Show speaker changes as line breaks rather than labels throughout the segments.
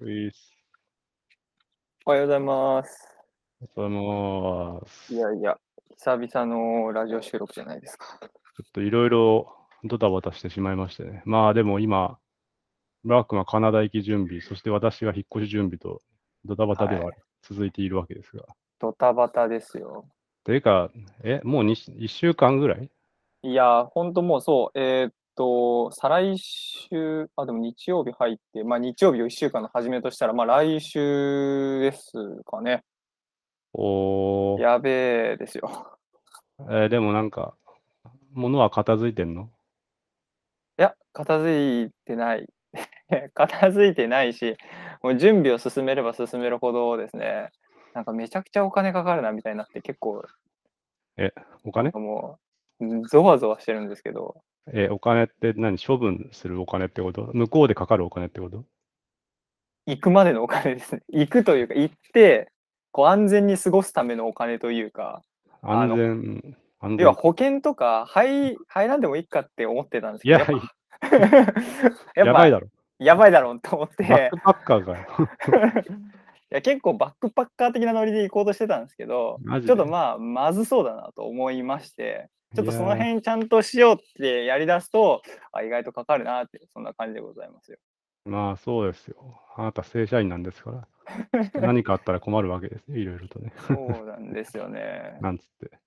ういっす。
おはようございます。
おはようございます。
いやいや、久々のラジオ収録じゃないですか。
ちょっといろいろドタバタしてしまいましてね。まあでも今、ブラックはカナダ行き準備、そして私が引っ越し準備とドタバタでは
は
続いているわけですが。
ドタバタですよ。
ていうか、え、もう1週間ぐらい
いや、ほんともうそう、えーっと、再来週、あ、でも日曜日入って、まあ日曜日を1週間の始めとしたら、まあ来週ですかね。
おー、
やべえですよ。
えーでもなんか、物は片付いてんの
いや、片付いてない。 片付いてないし、もう準備を進めれば進めるほどですね、なんかめちゃくちゃお金かかるなみたいになって結構
お金
もうゾワゾワしてるんですけど、
えーお金って何処分するお金ってこと向こうでかかるお金ってこと
行くまでのお金ですね。 行くというか、行って、こう安全に過ごすためのお金というか、あ
安
の
全、安
要は
全。
保険とか入入らんでもいいかって思ってたんですけ
い
ど、
や、
やっぱ
や ばい
やばい
だろ。
やばいだろうと思っ
バッ
て
ク、パッカーがよ。
いや結構バックパッカー的なノリで行こうとしてたんですけど、
マジ
ちょっと
で
まあ、まずそうだなと思いまして、ちょっとそ
い
の
やー
辺ちゃんとしようってやりだすと、あ意外とかかるなって、そんな感じでござい ますよ。
まあそうですよ。あなた正社員なんですから。何かあったら困るわけですよ。いろいろとね。
そうなんですよね。
なんつって。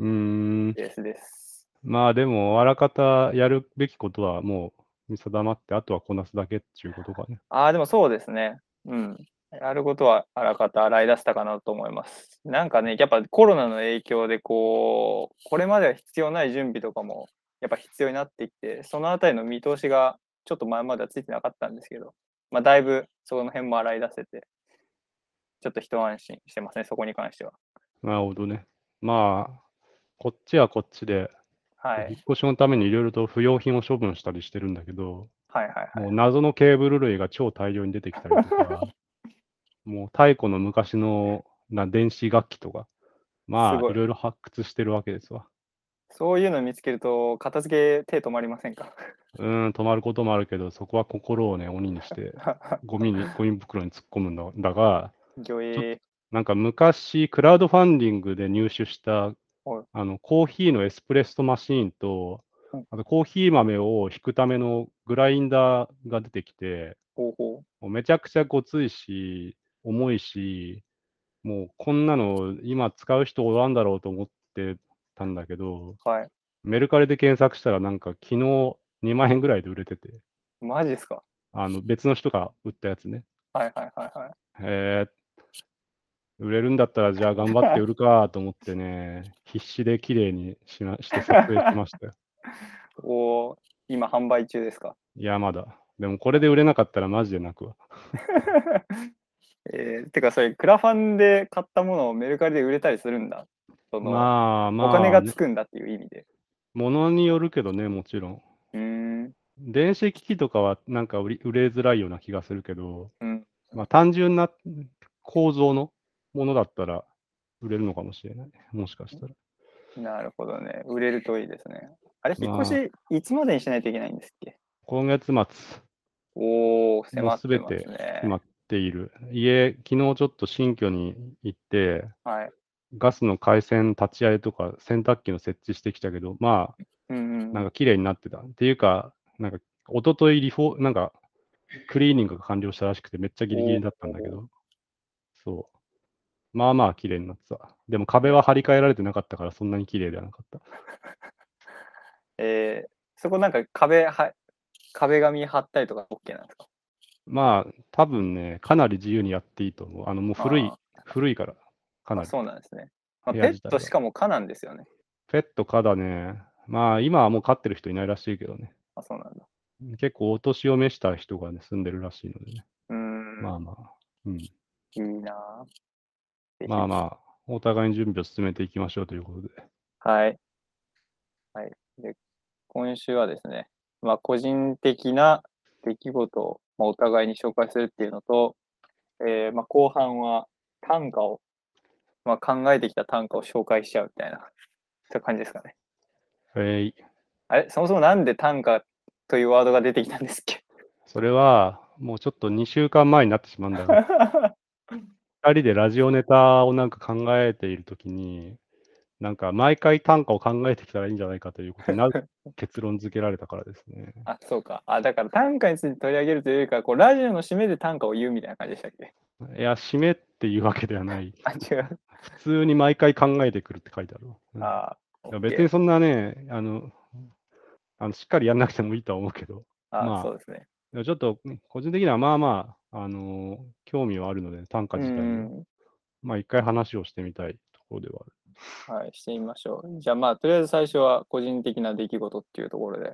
うーん。
ですです。
まあでも、あらかたやるべきことはもう見定まって、あとはこなすだけっていうことかね。
ああ、でもそうですね。うん。やることはあらかた洗い出したかなと思います。なんかね、やっぱコロナの影響で、こう、これまでは必要ない準備とかも、やっぱ必要になってきて、そのあたりの見通しが、ちょっと前まではついてなかったんですけど、まあ、だいぶその辺も洗い出せて、ちょっと一安心してますね、そこに関しては。
なるほどね。まあ、こっちはこっちで、
はい
引っ。越しのためにいろいろと不要品を処分したりしてるんだけど、
はいはいはい。
もう謎のケーブル類が超大量に出てきたりと か、もう太古の昔のな電子楽器とか、ますあ
ごい
いろいろ発掘してるわけですわ。
そういうの見つけると、片付け手止まりませんか
うーん、止まることもあるけど、そこは心をね、鬼に して、ゴミに、ゴミ袋に突っ込むんだだが、
魚影。
なんか昔、クラウドファンディングで入手した
はい、
あの、コーヒーのエスプレッソマシーンと
うん、
あとコーヒー豆を引くためのグラインダーが出てきて、
ほうほ
もうめちゃくちゃごついし、重いし、もうこんなの今使う人おらんだろうと思ってたんだけど、
う。はい。
メルカリで検索したらなんか昨日2万円ぐらいで売れてて、
マジですか
あの別の人が売ったやつね。
はいはいはいはい。
えー、売れるんだったらじゃあ頑張って売るかと思って ね、必死で綺麗にしなして撮影しましたよ。
おお、今販売中ですか。
いや、まだ。でもこれで売れなかったらマジで泣くわ。
えー、てか、それ、クラファンで買ったものをメルカリで売れたりするんだ。その、
まあまあ、
お金がつ
ね
くんだっていう意味で。
ものによるけどね、もちろん。
うーん、電
電子機器とかはなんか売り売れづらいような気がするけど、
うん
まあ、単純な構造のものだったら売れるのかもしれない。もしかしたら。
なるほどね。売れるといいですね。あれ、引
ま
っ
あ
越し、いつまでにしないといけないんですっけ
今月末
おお、迫ってます
もう
ね。
決まっている。家、昨日ちょっと新居に行って、
はい。
ガスの回線立ち上げとか洗濯機の設置してきたけど、まあ、
うんうん。
なんか綺麗になってた。っていうか、なんか一昨日リフォー、なんかクリーニングが完了したらしくて、めっちゃギリギリだったんだけど、そう。まあまあ綺麗になってた。でも壁は張り替えられてなかったから、そんなに綺麗ではなかった。
えー、そこなんか壁は、壁紙貼ったりとか OK なんですか
まあ、多分ね、かなり自由にやっていいと思う。あの、もう古い
あ、
古いから、か
ー
な
あ
り。
そうなんですね。まあ、
部
ペ
屋自
ッ
体
ト
は
しかも蚊なんですよね。
ペットかだね。まあ、今はもう飼ってる人いないらしいけどね。
あ、そうなんだ。
結構お年を召した人がね、住んでるらしいのでね。
うーん、
まあまあ、うん。
いいなあ
まあまあ、お互いに準備を進めていきましょうということで。
はい。はい。で、今週はですね、まあ、個人的な出来事を、まあ、お互いに紹介するっていうのと、えーまあ、後半は短歌を、まあ、考えてきた短歌を紹介しちゃうみたいな、そういう感じですかね。
えい
あれ、そもそもなんで短歌というワードが出てきたんですっけ
それは、もうちょっと2週間前になってしまうんだ が、2人でラジオネタをなんか考えているときに、なんか毎回短歌を考えてきたらいいんじゃないかということにな 結論付けられたからですね。
あ、そうか。あ、だから短歌について取り上げるというよりか、こうラジオの締めで短歌を言うみたいな感じでしたっけ
いや、締めっていうわけではない。
あ、違う。
普通に毎回考えてくるって書いてあるわうん。
あー、
いや
OK
別にそんなね、あの、あのしっかりやんなくてもいいとは思うけど、
あ、
まあ
そうですね。
でもちょっと個人的にはまあまあ、あの興味はあるので、短歌
う
自体に、
ん。
まあ一回話をしてみたいところではある。
はい、してみましょう。じゃあまあ、とりあえず最初は個人的な出来事っていうところで、じ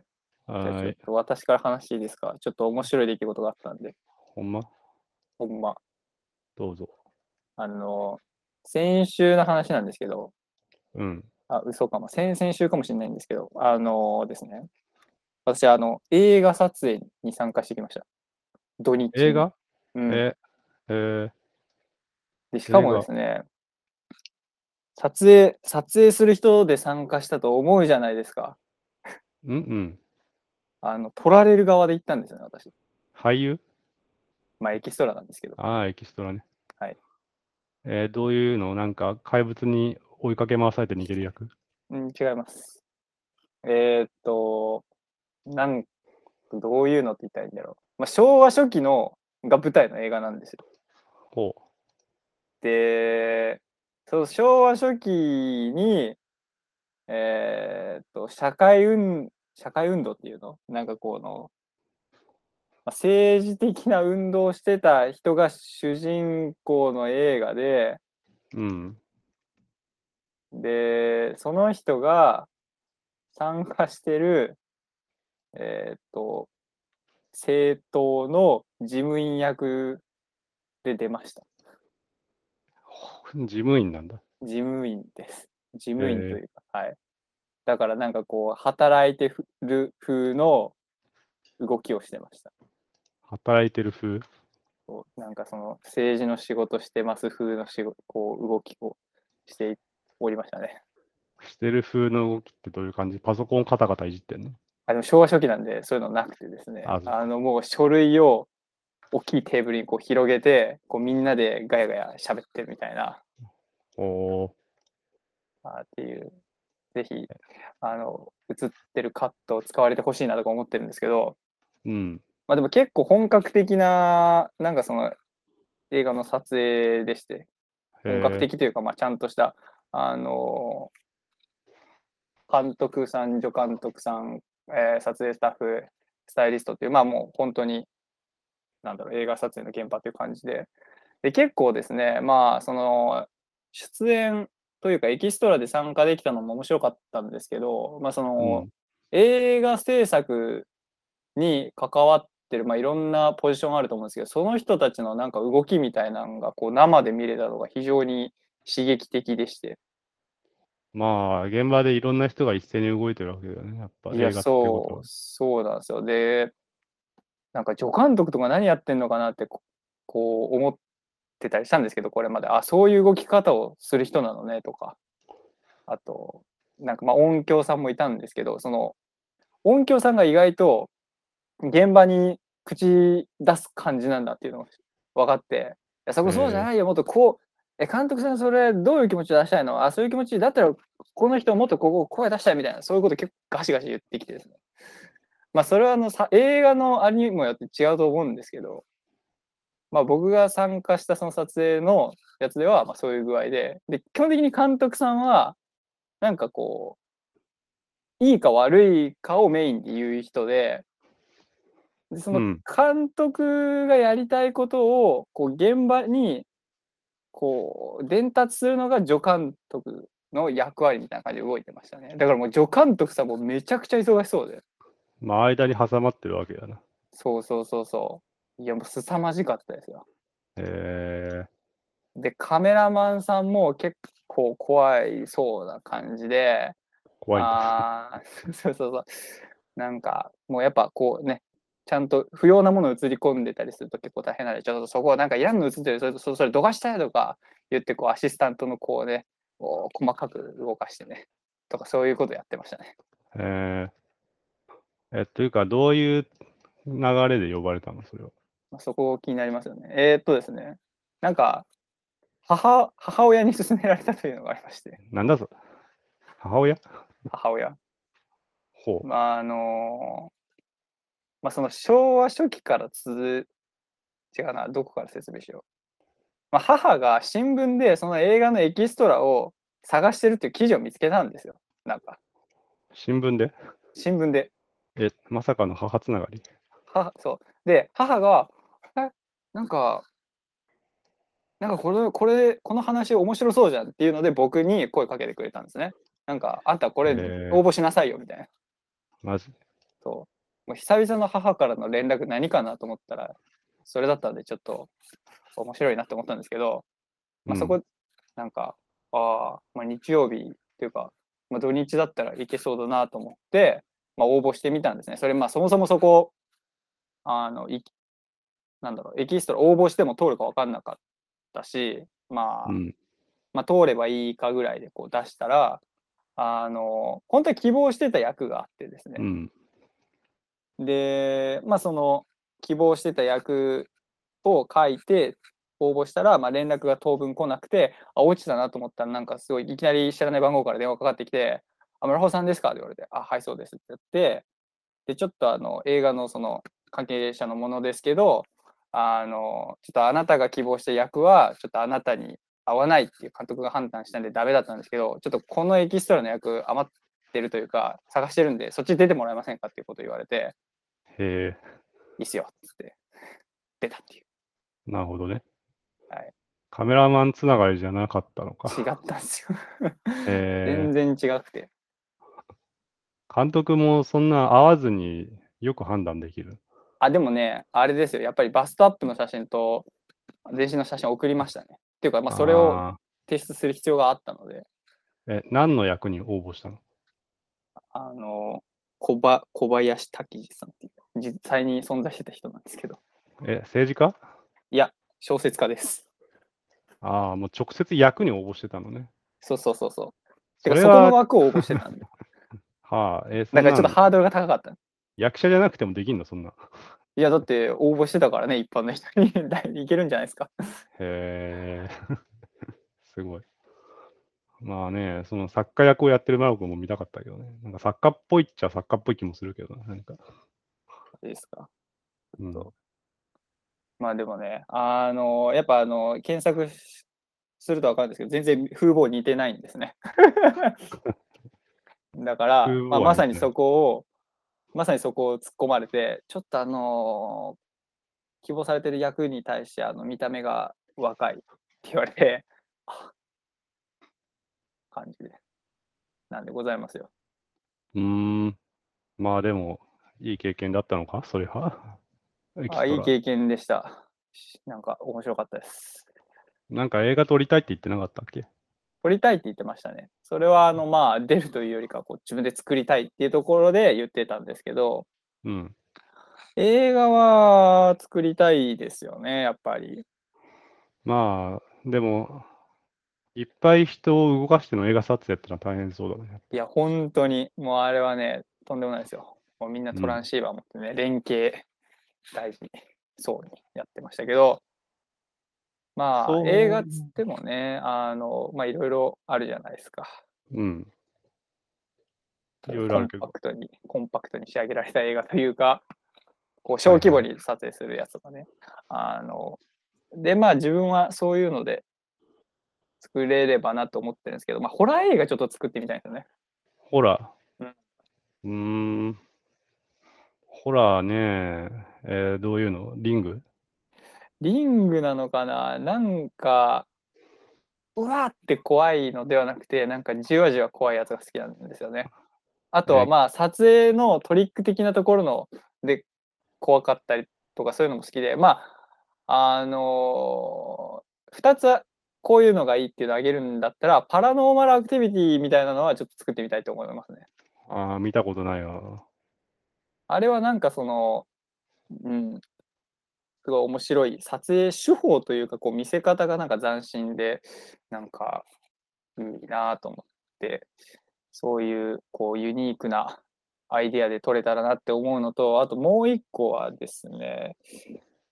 ゃあ
は
ちょ
ー
っ
い、
と私から話していいですかちょっと面白い出来事があったんで、
ほんま、
ほんま。
どうぞ。
あの、先週の話なんですけど、
うん。
あ、嘘かも。先々週かもしれないんですけど、あのですね、私、あの、映画撮影に参加してきました。土日に。
映画、
うん、
え、えー
でしかもですね、撮影、撮影する人で参加したと思うじゃないですか。
うんうん。
あの、撮られる側で行ったんですよね、私。
俳優
まあ、エキストラなんですけど。
ああ、エキストラね。
はい。
えーどういうのなんか怪物に追いかけ回されて逃げる役
うん、違います。えーっと、なん、どういうのって言ったらいいんだろう。まあ、昭和初期のが舞台の映画なんですよ。
ほ
で、そう昭和初期に、えーっと、社会運、社会運動っていうのなんかこの、まあ政治的な運動をしてた人が主人公の映画で、
う。うん。
で、その人が参加してる、えーっと、政党の事務員役で出ました。
ほ事務員なんだ。
事務員です。事務員
へ
と
え
いうか、はい。だからなんかこう、働いてふる風の動きをしてました。
働いてる風。
こうなんかその政治の仕事してます風の仕事、こう動きをしておりましたね。
してる風の動きってどういう感じパソコンカタカタいじってんの
あの昭和初期なんでそういうのなくてですね、
あ
あ
そう
のもう書類を大きいテーブルにこう広げて、こうみんなでガヤガヤ喋ってるみたいな、
おー
あっていう、ぜひ、あの、映ってるカットを使われてほしいなとか思ってるんですけど、
うん。
まあでも結構本格的な、なんかその映画の撮影でして、
へー
本格的というか、まあちゃんとした、あのー監督さん、助監督さん、えー撮影スタッフ、スタイリストっていう、まあもう本当に、なんだろう、映画撮影の現場という感じで、で、結構ですね、まあその、出演というかエキストラで参加できたのも面白かったんですけど、まあその、
うん
映画制作に関わってる、まあ、いろんなポジションあると思うんですけどその人たちのなんか動きみたいなのがこう生で見れたのが非常に刺激的でして
まあ、現場でいろんな人が一斉に動いてるわけだよね。やっぱ
い
映画
や
ってこと
そ
は
うそうなんですよでなんか助監督とか何やってんのかなってここう思ってたりしたんですけどこれまであそういう動き方をする人なのねとかあとなんかまあ音響さんもいたんですけどその音響さんが意外と現場に口出す感じなんだっていうのが分かっていやそこそうじゃないよもっとこうえ監督さんそれどういう気持ちで出したいのあそういう気持ちだったらこの人もっとここ声出したいみたいなそういうこと結構ガシガシ言ってきてですねまあそれはあのさ映画のあれにもよって違うと思うんですけどまあ僕が参加したその撮影のやつではまあそういう具合でで基本的に監督さんはなんかこういいか悪いかをメインで言う人ででその
うん
監督がやりたいことをこう現場にこう伝達するのが助監督の役割みたいな感じで動いてましたねだからもう助監督さんもめちゃくちゃ忙しそうで
まあ、間に挟まってるわけだな。
そうそうそうそういやもう凄まじかったですよ
え
でカメラマンさんも結構怖いそうな感じで
ー、怖いんだ。
あー そうそうそうなんかもうやっぱこうねちゃんと不要なものを映り込んでたりすると結構大変なのでちょっとそこはなんかいらんの映ってるそれそれそれどかしたいとか言ってこうアシスタントのこうねこう細かく動かしてねとかそういうことやってましたね
えー、え、というか、どういう流れで呼ばれたのそれは。
まあそこ気になりますよね。えーっとですね、なんか、母母親に勧められたというのがありまして、
なんだぞ。母親
母親。
ほう。
まあ、あのーまあ、その昭和初期から続、違うな、どこから説明しよう。まあ、母が新聞でその映画のエキストラを探してるっていう記事を見つけたんですよ。なんか、
新聞で
新聞で。
え、まさかの母つながり。
母そうで母が「えなんかなんかこれこれこの話面白そうじゃん」っていうので僕に声かけてくれたんですね。なんか「あんたこれ
へー
応募しなさいよ」みたいな。
マジ。
そうもう久々の母からの連絡何かなと思ったらそれだったんでちょっと面白いなって思ったんですけど、まあ、そこ、なんかあー、まあ、日曜日というか、まあ、土日だったらいけそうだなと思って、まあ、応募してみたんですね。それまあそもそもそこあのいなんだろうエキストラ応募しても通るか分かんなかったし、まあ
うん。うん。
まあ、通ればいいかぐらいでこう出したらあの本当は希望してた役があってですね、
うん。
で、まあ、その希望してた役を書いて応募したら、まあ、連絡が当分来なくてあ落ちたなと思ったらなんかすごいいきなり知らない番号から電話かかってきて「あ村穂さんですか?」って言われて「あはいそうです」ってやってでちょっとあの映画のその関係者のものですけどあのちょっとあなたが希望した役はちょっとあなたに合わないっていう監督が判断したんでダメだったんですけどちょっとこのエキストラの役余ってるというか探してるんでそっち出てもらえませんかっていうことを言われて。
へえ、
いいっすよっつって出たって いう
なるほどね。
はい。
カメラマンつながりじゃなかったのか。
違ったんですよ
え
全然違くて
監督もそんな合わずによく判断できる。
あでもねあれですよやっぱりバストアップの写真と全身の写真送りましたねっていうか、まあ、それを
あ
提出する必要があったので
ー。え、何の役に応募したの
あの小ば小林滝次さんっていう実際に存在してた人なんですけど
え、政治家
いや小説家です
ああ、もう直接役に応募してたのね。
そうそうそうそう
そ
てか
れ
そこの
は、
枠を応募して たんで
はあ、えーそ
なん
んな
か
ん
ちょっとハードルが高かった
役者じゃなくてもできんの、そんな。
いやだって応募してたからね一般の人に いけるんじゃないですか
へえ、 すごい。まあね、その作家役をやってるマロ君も見たかったけどね。なんか作家っぽいっちゃ作家っぽい気もするけどな、なんか。
いいですか
うん、
まあでもね、あのやっぱあの検索しすると分かるんですけど、全然風貌似てないんですね。 だから、
風貌は似て
ま
な
あ、
い
まさにそこを、まさにそこを突っ込まれて、ちょっとあの希望されてる役に対してあの見た目が若いって言われて、 あ感じで。なんでございますよ。
うーん。まあでも、いい経験だったのか、それは。エキス
あいい
トラ
経験でした。しなんか面白かったです。
なんか映画撮りたいって言ってなかったっけ
撮りたいって言ってましたね。それはあのまあ出るというよりかこう自分で作りたいっていうところで言ってたんですけど
うん。
映画は作りたいですよねやっぱり。
まあ、でも、いっぱい人を動かしての映画撮影ってのは大変そうだね。
いや本当にもうあれはねとんでもないですよ。もうみんなトランシーバー持ってね、連携大事にそうにやってましたけどまあ
そう
映画っつってもねあのまあいろいろあるじゃないですか。
うん。いろいろあるけど
コンパクトに、コンパクトに仕上げられた映画というか、こう小規模に撮影するやつとかね。あの、で、まあ自分はそういうので作れればなと思ってるんですけど、まあホラー映画ちょっと作ってみたいんですよね。
ホラー。うーん。ホラーね、えーどういうのリング
リングなのかななんか、うわーって怖いのではなくて、なんかじわじわ怖いやつが好きなんですよね。あとは
ね
まあ撮影のトリック的なところので怖かったりとかそういうのも好きで、まあ、あのー、2つこういうのがいいっていうのをあげるんだったら、パラノーマルアクティビティみたいなのはちょっと作ってみたいと思いますね。
ああ、見たことないわ。
あれはなんかその、うん、すごい面白い撮影手法というかこう見せ方がなんか斬新でなんかいいなぁと思ってそういうこうユニークなアイデアで撮れたらなって思うのとあともう一個はですね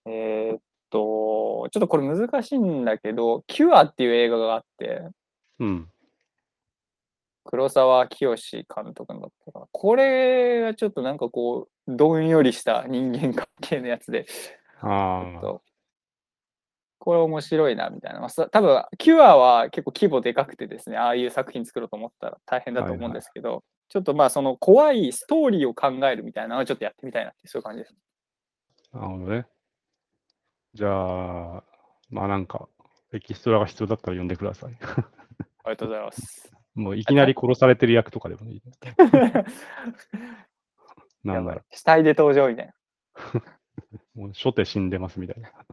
えーっと、ちょっとこれ難しいんだけど、キュアっていう映画があって、
うん。
黒沢清監督のだったかな。これがちょっとなんかこう、どんよりした人間関係のやつで、
ああ、
とこれ面白いなみたいな、まあ、さ多分キュアは結構規模でかくてですねああいう作品作ろうと思ったら大変だと
はい
思
は
うん
い
ですけど、ちょっとまあその怖いストーリーを考えるみたいなのをちょっとやってみたいなっていうそういう感じです。
なるほどね。じゃあ、まあなんか、エキストラが必要だったら呼んでください。
ありがとうございます。
もういきなり殺されてる役とかでもいい。な
や
ん
ば
だ
い
ろ
死体で登場みたいな。
う、もう初手死んでますみたいな。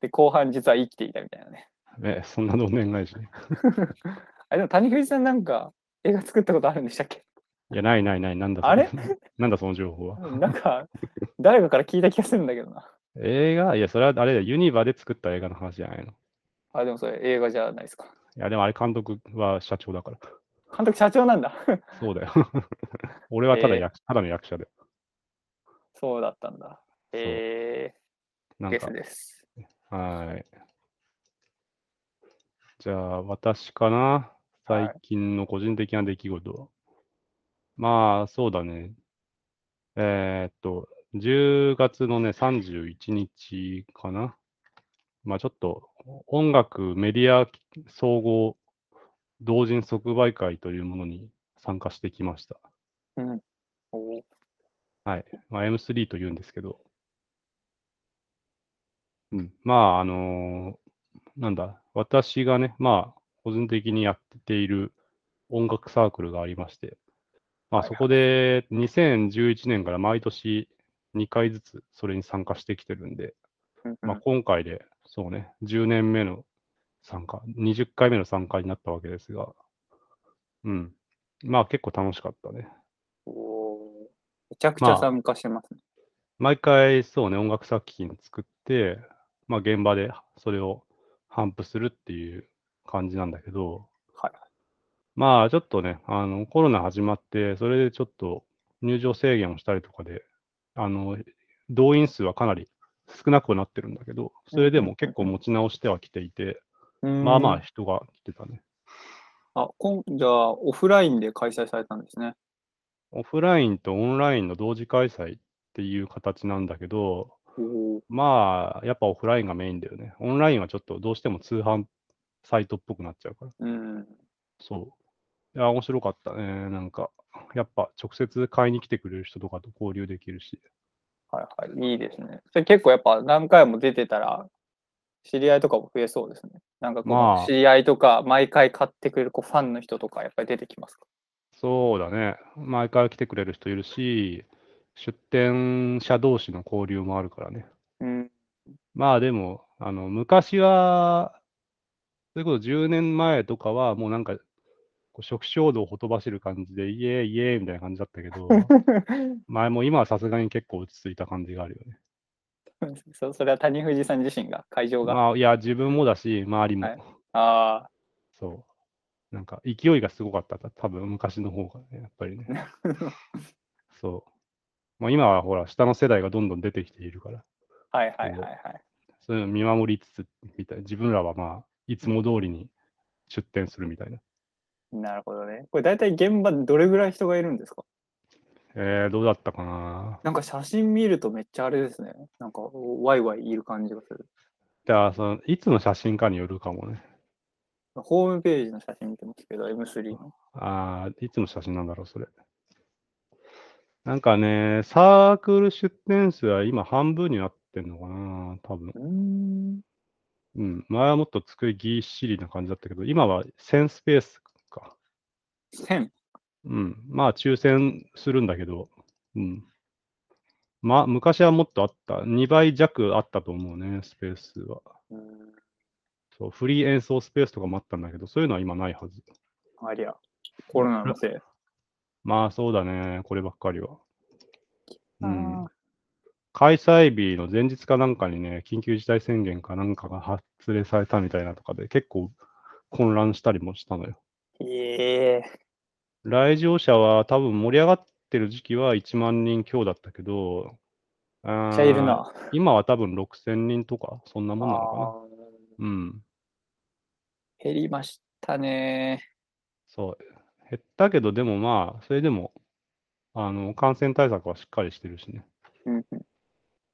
で後半実は生きていたみたいなね。
ね、そんなどんでんないしね。
あでも谷口さんなんか映画作ったことあるんでしたっけ
いや、ないないない、なんだ
あれ
その なんだその情報は。
なんか誰かから聞いた気がするんだけどな。
映画いや、それはあれだよ、ユニバで作った映画の話じゃないの。い
あでもそれ映画じゃないですか。
や、でもあれ監督は社長 だから。
監督社長なんだ。
そうだよ。 俺はただ役、ただの役者で。
そうだったんだ。え
な
ー、
ん
ゲ
か
ス、です。
はい。じゃあ、私かな。
はい
最近の個人的な出来事は。まあ、そうだね。えーっと、10月のね、31日かな。まあ、ちょっと、音楽メディア総合同人即売会というものに参加してきました。
おー
はい。まあ、M3 と言うんですけど。うん。まあ、あのーなんだ、私がね、まあ、個人的にやっている音楽サークルがありまして、まあ、
はい
そ
はい
こで2011年から毎年2回ずつそれに参加してきてるんで、
うんうん
まあ、今回で、そうね、10年目の参加、20回目の参加になったわけですが、うん。まあ、結構楽しかったね。
おーめちゃくち
ま
ゃ
あ
参加してますね。
毎回そうね、音楽作品作って、まあ、現場でそれを頒布するっていう感じなんだけど、
はい
まあちょっとね、あのコロナ始まって、それでちょっと入場制限をしたりとかで、あの動員数はかなり少なくはなってるんだけど、それでも結構持ち直してはきていて、まあまあ人が来てたね。
あ。あこんじゃあ、オフラインで開催されたんですね。
オフラインとオンラインの同時開催っていう形なんだけど、
おー
まあ、やっぱオフラインがメインだよね。オンラインはちょっとどうしても通販サイトっぽくなっちゃうから。
うん、
そう。いや、面白かったね。なんか、やっぱ直接買いに来てくれる人とかと交流できるし。
はいはい。いいですね。それ結構やっぱ何回も出てたら、知り合いとかも増えそうですね。なんかこ
ま
の
あ
知り合いとか、毎回買ってくれるこうファンの人とか、やっぱり出てきますか。
そうだね。毎回来てくれる人いるし、出店者同士の交流もあるからね。
うん、
まあでも、あの昔は、それこそ10年前とかは、もうなんか、こう食衝動をほとばしる感じで、イエーイイエーイみたいな感じだったけど、前もう今はさすがに結構落ち着いた感じがあるよね。
そそれは谷藤さん自身が、会場が。
まあ、いや、自分もだし、周りも、
はいあ
そう。なんか、勢いがすごかった、多分昔の方がね、やっぱ りね。
あ、
そう。まあ、今はほら、下の世代がどんどん出てきているから、
はいはいはいはい。
そういうの見守りつつ、みたいな、自分らはまあ、いつも通りに出店するみたいな。
なるほどね。これ大体現場でどれぐらい人がいるんですか
えー、どうだったかな。
なんか写真見るとめっちゃあれですね。なんかワイワイいる感じがする。
じゃあ、その、いつの写真かによるかもね。
ホームページの写真見てますけど、M3 の。
ああ、いつの写真なんだろう、それ。なんかね、サークル出店数は今半分になってんのかな、多分
う。ーん。
うん、前はもっと机ぎっしりな感じだったけど、今は1000スペースか。
1000。
うん、まあ抽選するんだけど、うん。まあ昔はもっとあった。2倍弱あったと思うね、スペースは。
うーん。
そう、フリー演奏スペースとかもあったんだけど、そういうのは今ないはず。
ありゃ。コロナのせい。
まあそうだね、こればっかりは。うん
あー。
開催日の前日かなんかにね、緊急事態宣言かなんかが発令されたみたいなとかで、結構混乱したりもしたのよ。
ええ
来場者は多分盛り上がってる時期は1万人強だったけど、め
めっちゃいる。な。
今は多分6000人とか、そんなもんなのかな。
あ
うん。
ー減りましたね。
そう。減ったけど、でもまあ、それでも、あの、感染対策はしっかりしてるしね。
うんうん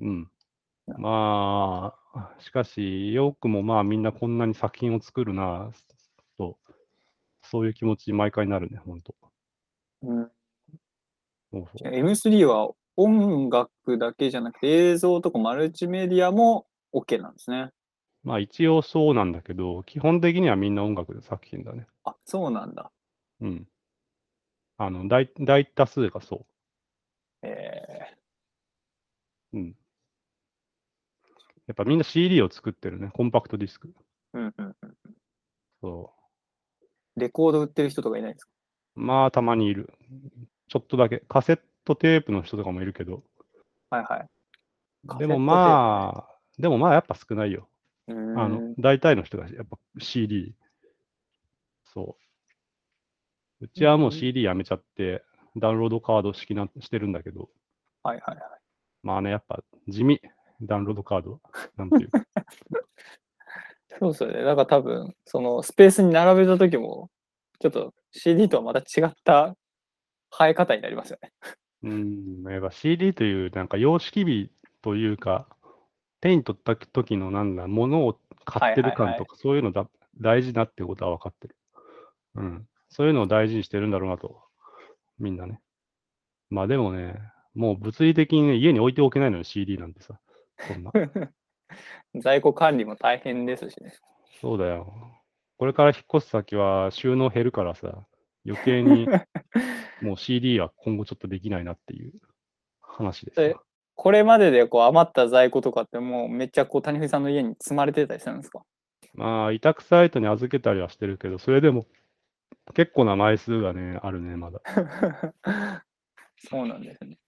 うん。
な
まあ、しかし、よくもまあ、みんなこんなに作品を作るな、と、そういう気持ち、毎回なるね、ほんと。
うん、
そうそう
M3 は音楽だけじゃなくて映像とかマルチメディアも OK なんですね。
まあ、一応そうなんだけど、基本的にはみんな音楽で作品だね。
あそうなんだ。
うん。あの、大大多数がそ
え
う。うん。やっぱみんな CD を作ってるね、コンパクトディスク。
ーうんうんうん、
そ
レコード売ってる人とかいないですか
う。まあ、たまにいる。ちょっとだけ。カセットテープの人とかもいるけど。
はいはい。
でもまあ、でもまあやっぱ少ないよ。
あ
あの、大体の人がやっぱ CD。そう。うちはもう CD やめちゃって、ダウンロードカード式なしてるんだけど、
はいはいはい。
まあね、やっぱ地味、ダウンロードカード。なんていうか。
そうですよね。だから多分、そのスペースに並べた時も、ちょっと CD とはまた違った生え方になりますよね。
うん、やっぱ CD という、なんか様式美というか、手に取った時のなんだ、ものを買ってる
はい
感
はい
と
は
か、そういうのだ大事だってことは分かってる。うん。そういうのを大事にしてるんだろうなと、みんなね。まあでもね、もう物理的にね、家に置いておけないのよ、CD なんてさ。そ んな。
在庫管理も大変ですしね。
そうだよ。これから引っ越す先は収納減るからさ、余計に もう CD は今後ちょっとできないなっていう話です
え
よ。
これまででこう余った在庫とかってもうめっちゃこう谷藤さんの家に積まれてたりするんですか
まあ、委託サイトに預けたりはしてるけど、それでも結構な枚数がね、あるね、まだ。
そうなんですね。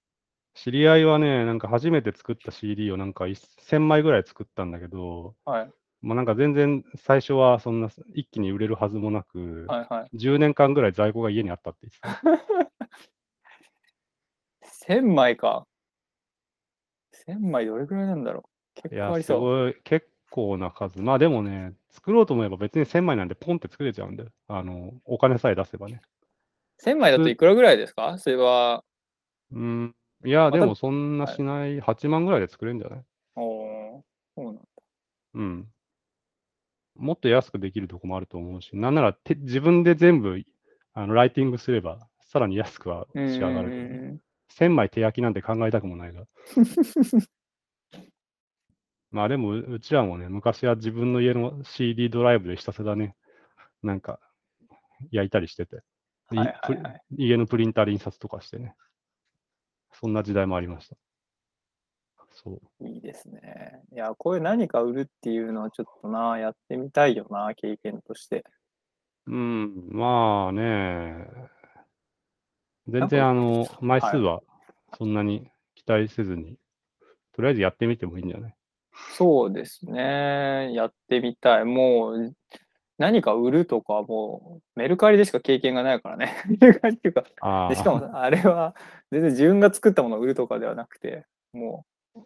知り合いはね、なんか初めて作った CD をなんか1000枚ぐらい作ったんだけど、
はい
もうなんか全然最初はそんな一気に売れるはずもなく、
はいはい。
10年間ぐらい在庫が家にあったって言って た。
1000枚か。1000枚どれくらいなんだろう結
い
構あ
や、
り
す
そう。
ごい、結構な数。まあでもね、作ろうと思えば別に1000枚なんでポンって作れちゃうんだよ。あの、お金さえ出せばね。
1000枚だといくらぐらいですかそれは、
うん。いや、
また
でもそんなしない、8万ぐらいで作れるんじゃない
おーそうなんだ
うん。もっと安くできるとこもあると思うし、なんならて自分で全部あのライティングすれば、さらに安くは仕上がるけどね。
うん
1000枚手焼きなんて考えたくもないが。まあでも、ううちらもね、昔は自分の家の CD ドライブでひたすらね、なんか焼いたりしてて、い
はいはいはい
プリ家のプリンターで印刷とかしてね。そんな時代もありました。そう。
いいですね。いや、こういう何か売るっていうのはちょっとな、やってみたいよな、経験として。
うん、まあね、
なん
全
か
然あの、枚
はい
数はそんなに期待せずに、とりあえずやってみてもいいんじゃない
そうですね。やってみたい。もう、何か売るとか、もう、メルカリでしか経験がないからね。 メルカリっていうか、
あ
でしか
あ、
も、あれは、全然自分が作ったものを売るとかではなくて、もう、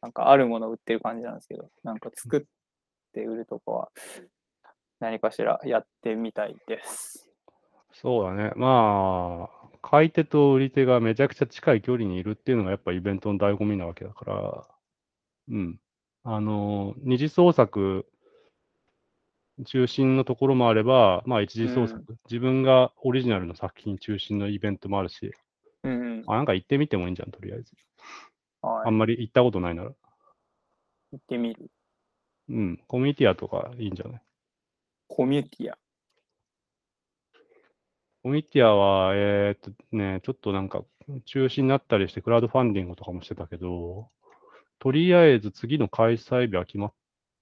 なんかあるものを売ってる感じなんですけど、なんか作って売るとかは、何かしらやってみたいです。
そうだね。まあ、買い手と売り手がめちゃくちゃ近い距離にいるっていうのがやっぱイベントの醍醐味なわけだから、うん。あの、二次創作中心のところもあれば、まあ一次創作、自分がオリジナルの作品中心のイベントもあるし、
うん、うん。
あ、なんか行ってみてもいいんじゃん、とりあえず。あ
はい。
んまり行ったことないなら。
行ってみる。
うん、コミュニティアとかいいんじゃない
コミュニティア。
コミュニティアは、えーっとね、ちょっとなんか中止になったりして、クラウドファンディングとかもしてたけど、とりあえず次の開催日は決まっ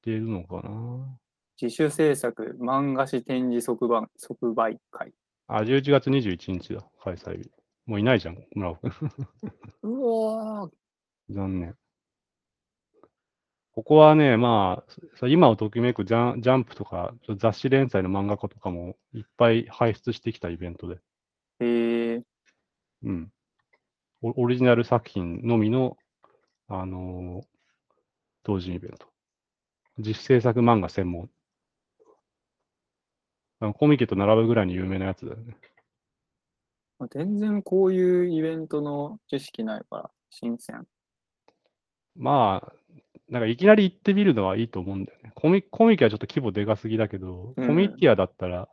てるのかな
自主制作漫画誌展示即売即売会。
あ、11月21日だ、開催日。もういないじゃん、 村尾君。
うわー
残念。ここはね、まあ、そ今をときめくジャンジャンプとか、雑誌連載の漫画家とかもいっぱい輩出してきたイベントで。
えー、
うん。オオリジナル作品のみのあのー同人イベント。自主制作漫画専門。あのコミケと並ぶぐらいに有名なやつだよね。
全然こういうイベントの知識ないから、新鮮。
まあ、なんかいきなり行ってみるのはいいと思うんだよね。コミコミケはちょっと規模でかすぎだけど、
うん
コミティアだったら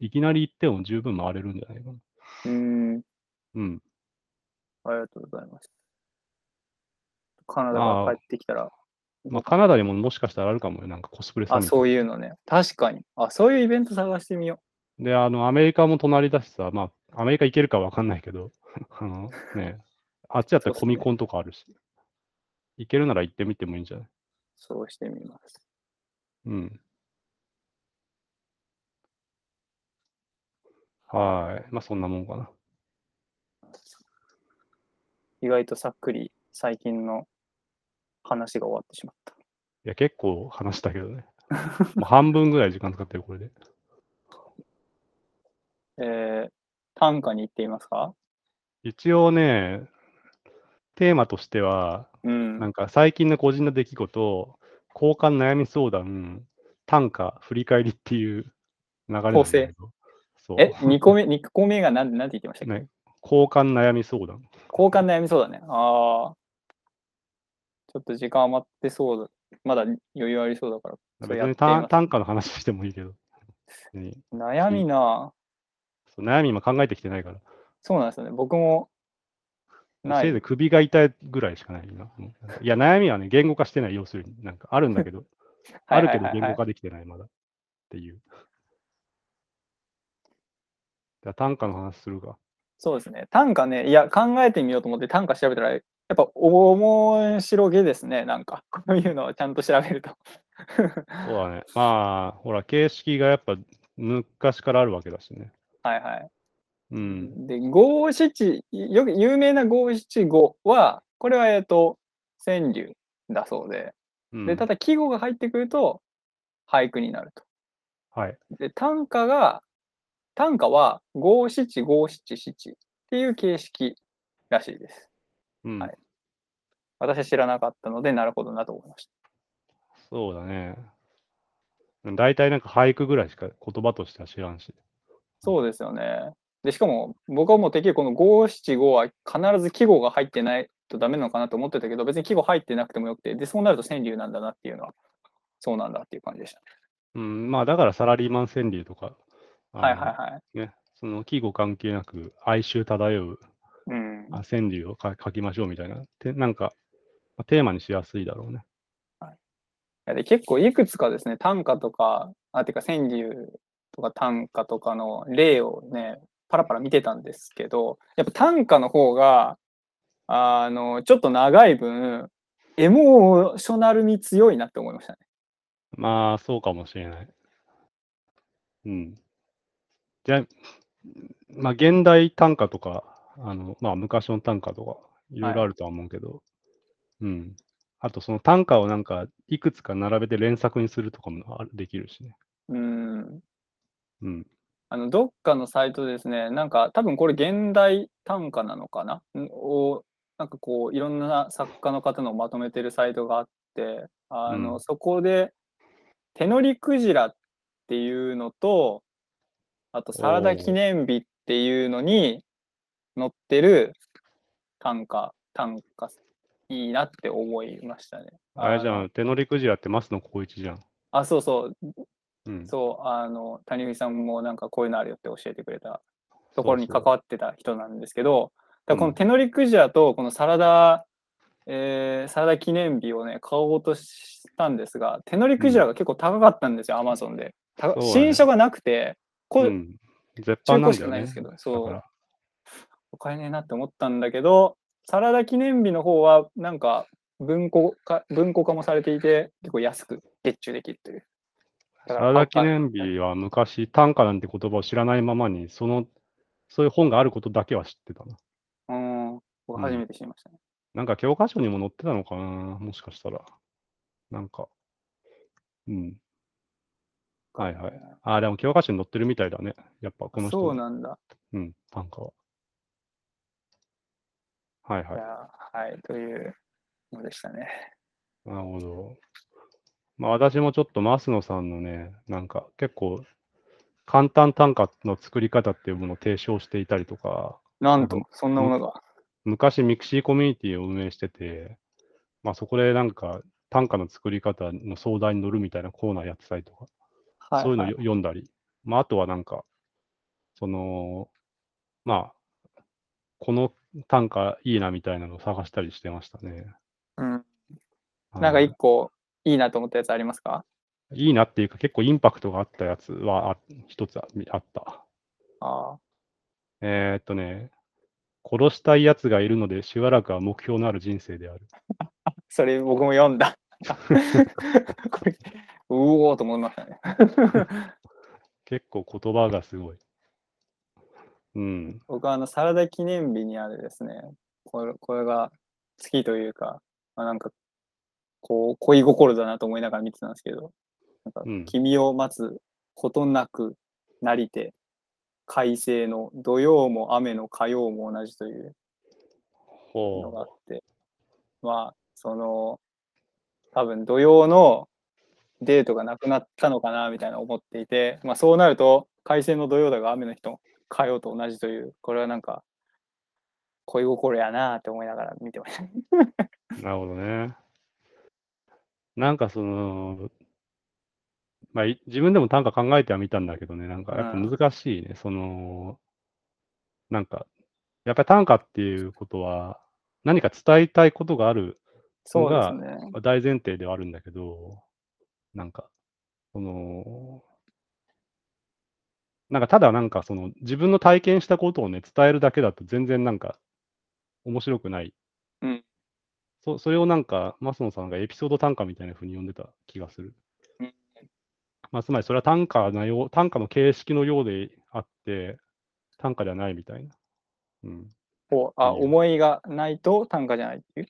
いきなり行っても十分回れるんじゃないかな。
うん。
うん。
ありがとうございます。カナダから帰ってきたら、
まあ、カナダにももしかしたらあるかもよ。なんかコスプレサ
あ、
ミッ
そ
ト。
ういうのね。確かに。あ、そういうイベント探してみよ。
で、あの、アメリカも隣だしさ、まあ、アメリカ行けるかわかんないけど、 あのね、あっちだったらコミコンとかあるし、行けるなら行ってみてもいいんじゃないう
そうしてみます。
うん。はーい。まあ、そんなもんかな。
意外とさっくり最近の話が終わってしまった。
いや、結構話したけどね。もう半分ぐらい時間使ってる、これで。
えー、短歌に行っていますか
一応ね、テーマとしては、
うん。
なんか最近の個人の出来事、交換悩み相談、短歌、振り返りっていう流れなんだけど。そう。
え、2個目、二個目が何て、なんて言ってましたっけ、
ね、交換悩み相談。
交換悩みそうだね。ああ。ちょっと時間余ってそうだ。まだ余裕ありそうだから。それ
別
やって
に
みま
短短歌の話してもいいけど。別に
悩みなあ
そう悩み今考えてきてないから。
そうなんですよね。僕も、ない
せいぜい首が痛いぐらいしかないな。もういや、悩みはね、言語化してない、要するに。なんかあるんだけ ど、あるけど
はいは
言
いはい
語
はい
化できてない、まだ。っていう。じゃあ短歌の話するか。
そうですね。短歌ね、いや、考えてみようと思って短歌調べたら、やっぱ面白げですね。なんか、 こういうのをちゃんと調べると。
そうだね。まあ、ほら、形式がやっぱ昔からあるわけだしね。
はいはい。
うん。
で、五七、よく有名な五七五は、これは、えっと、川柳だそうで、
うん
で、ただ季語が入ってくると、俳句になると。
はい。
で短歌が短歌は五七五七七っていう形式らしいです。
うん
はい私は知らなかったのでなるほどなと思いまし
そうだね。大体なんか俳句ぐらいしか言葉としては知らんし。
た。そうですよね。でしかも僕はもうてっきりこの五七五は必ず季語が入ってないとダメなのかなと思ってたけど別に季語入ってなくてもよくてでそうなると川柳なんだなっていうのはそうなんだっていう感じでした。
うん、まあだからサラリーマン川柳とか、あの
はいはいはい。
ね、その季語関係なく哀愁漂う
うん、
あ川柳をか書きましょうみたいな、てなんかまあテーマにしやすいだろうね。
いやで結構いくつかですね短歌とかあてか川柳とか短歌とかの例をねパラパラ見てたんですけどやっぱ短歌の方があのちょっと長い分エモーショナルに強いなって思いましたね。
まあそうかもしれない。うん。じゃあ、まあ現代短歌とか、あのまあ昔の短歌とか、いろいろあるとは思うけど、うん。あとその短歌をなんかいくつか並べて連作にするとかもあできるしね。
うん
うん。
あのどっかのサイトでですねなんか多分これ現代短歌なのかなんをなんかこういろんな作家の方のをまとめてるサイトがあってあの、
うん
そこで「手乗りクジラ」っていうのとあと「サラダ記念日」っていうのに載ってる短歌短歌いいなって思いましたね。
あれじゃ
の
ん、手乗りクジラって増野光一じゃん。
あそうそう
うん。
そう、あの、谷口さんもなんかこういうのあるよって教えてくれた
そう
ところに
そう
関わってた人なんですけど、だからこ
う
の
ん
手乗りクジラとこのサラダ、えーサラダ記念日をね、買おうとしたんですが、手乗りクジラが結構高かったんですよ、アマゾンで。た
そうだね
新車がなくて、こ
うん、絶版なん
中古し
だ
か
よ
ない
ね。
ですけどそう
だから
お買えねえなって思ったんだけど、サラダ記念日の方はなんか文庫化文庫化もされていて、結構安く月中できるという。
サ
だから
ラダ記念日は昔短歌なんて言葉を知らないままに、その、そういう本があることだけは知ってたな。
うん、僕初めて知りましたね。
なんか教科書にも載ってたのかなもしかしたら。なんか。うん。はいはい。ああ、でも教科書に載ってるみたいだね。やっぱこの人の。
そうなんだ。
うん、短歌は。はいはい
や。ーはい、というそうでしたね。
なるほど。まあ私もちょっと増野さんのね、なんか結構簡単単価の作り方っていうものを提唱していたりとか、
なんと、そんなものが。
昔ミクシーコミュニティを運営してて、まあそこでなんか単価の作り方の相談に乗るみたいなコーナーやってたりとか、
は
そういうのを
は
よ読んだり、まあ、あとはなんか、その、まあ、この単価いいなみたいなのを探したりしてましたね。
うん。
はい
なんか一個いいなと思ったやつありますか
いいなっていうか、結構インパクトがあったやつはあ一つああった。
ああ。
えーっとね、殺したいやつがいるので、しばらくは目標のある人生である。
それ僕も読 んだ。これ、うおーと思いましたね。
結構言葉がすごい。うん。
僕はあの、サラダ記念日にあるですね、これこれが好きというか、まあ、なんか、こう、恋心だなと思いながら見てたんですけど、なんか
うん、
君を待つことなくなりて、快晴の土曜も雨の火曜も同じというのがあ
ほ
って、まあ、その、多分土曜のデートがなくなったのかなみたいな思っていて、まあそうなると、快晴の土曜だが雨の日と火曜と同じという、これはなんか、恋心やなって思いながら見てました。
う。なるほどね。なんかその、まあ、い自分でも短歌考えてはみたんだけどね、なんかやっぱ
うん
難しいね。その、なんか、やっぱり短歌っていうことは、何か伝えたいことがある
そうですね。
大前提ではあるんだけど、なんか、その、なんかただなんかその自分の体験したことをね、伝えるだけだと全然なんか面白くない。
うん
そそれをなんか、マスノさんがエピソード短歌みたいな風に呼んでた気がする。
うん
まあ、つまりそれは短歌なよう、短歌の形式のようであって、短歌ではないみたいな。うん。
こうあ
うん
思いがないと短歌じゃないっていう。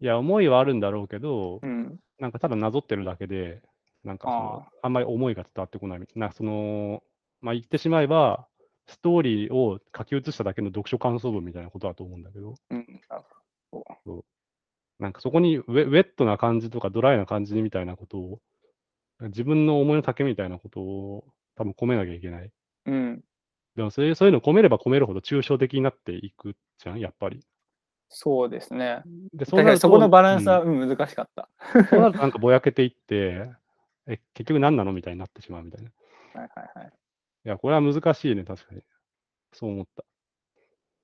いや、思いはあるんだろうけど
う、ん。
なんかただなぞってるだけで、なんかそのあんまり思いが伝わってこないみたいな、その、まあ、言ってしまえば、ストーリーを書き写しただけの読書感想文みたいなことだと思うんだけど、
うん、
なんかそこにウェウェットな感じとかドライな感じみたいなことを、自分の思いの丈みたいなことを多分込めなきゃいけない。
うん。
でもそれそういうの込めれば込めるほど抽象的になっていくじゃん、やっぱり。
そうですね。
で、
だからそこのバランスは、うん難しかった。
うんそうなるとなんかぼやけていって、え、結局何なのみたいになってしまうみたいな。
はいはいはい。
いや、これは難しいね、確かに。そう思った。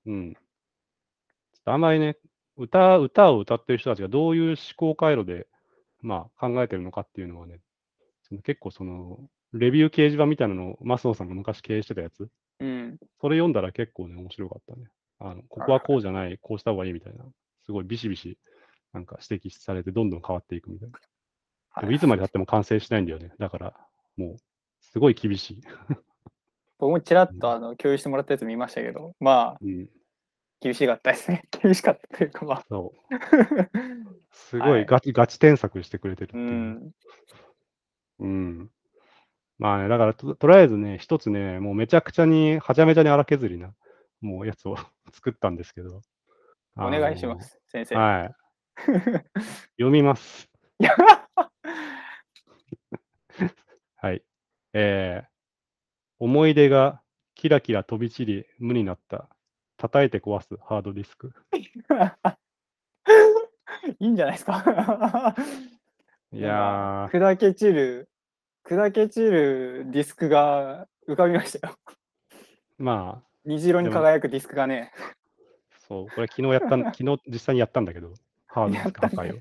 うん。ちょっとあんまりね、歌、歌を歌ってる人たちがどういう思考回路で、まあ、考えてるのかっていうのはね、その結構その、レビュー掲示板みたいなのを、マスノさんが昔経営してたやつ、
うん。
それ読んだら結構ね、面白かったね。あの、ここはこうじゃない、こうした方がいいみたいな、すごいビシビシ、なんか指摘されて、どんどん変わっていくみたいな。でもいつまで経っても完成しないんだよね。だから、もう、すごい厳しい。
僕もちらっとあの共有してもらったやつ見ましたけど、まあ、
うん。
厳しかったですね。 厳しかったというか、まあ、
そう。 す
は
ごい
い
ガチ、ガチ添削してくれてるって
う
いう。
ん。
うんまあね、だからと、とりあえずね、一つね、もうめちゃくちゃに、はちゃめちゃに荒削りな、もうやつを 作ったんですけど。
お願いしま。す、先生。
はい。読み ます。はい。えー、思い出がキラキラ飛び散り、無になった。叩いて壊すハードディスク。
いいんじゃないですか。
いや
砕け散る、砕け散るディスクが浮かびま したよ。
ー、まあ、
虹色に輝くディスクがね、
そう、これ昨日や ったん、昨日実際にやったんだけど、ハードディスク破壊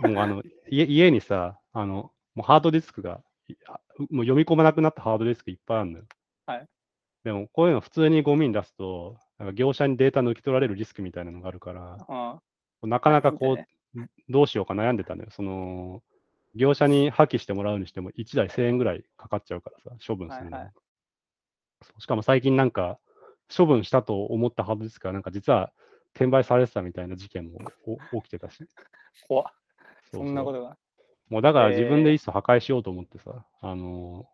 を。もうあの家家にさ、あのもうハードディスクが、いあもう読み込まなくなったハードディスクいっぱいあるのよ。
はい
でもこういうの普通にゴミに出すと、なんか業者にデータ抜き取られるリスクみたいなのがあるから、
うん。
なかなかこ、
そう
どうしようか悩んでたのよ。その、業者に破棄してもらうにしても1台1000円ぐらいかかっちゃうからさ、処分するのに、
はいはい
そうしかも最近なんか、処分したと思ったハードディスクがなんか実は転売されてたみたいな事件もお起きて たし。
怖っ
う
そうそんなことが。
もうだから
えー
自分でいっそ破壊しようと思ってさ、あのー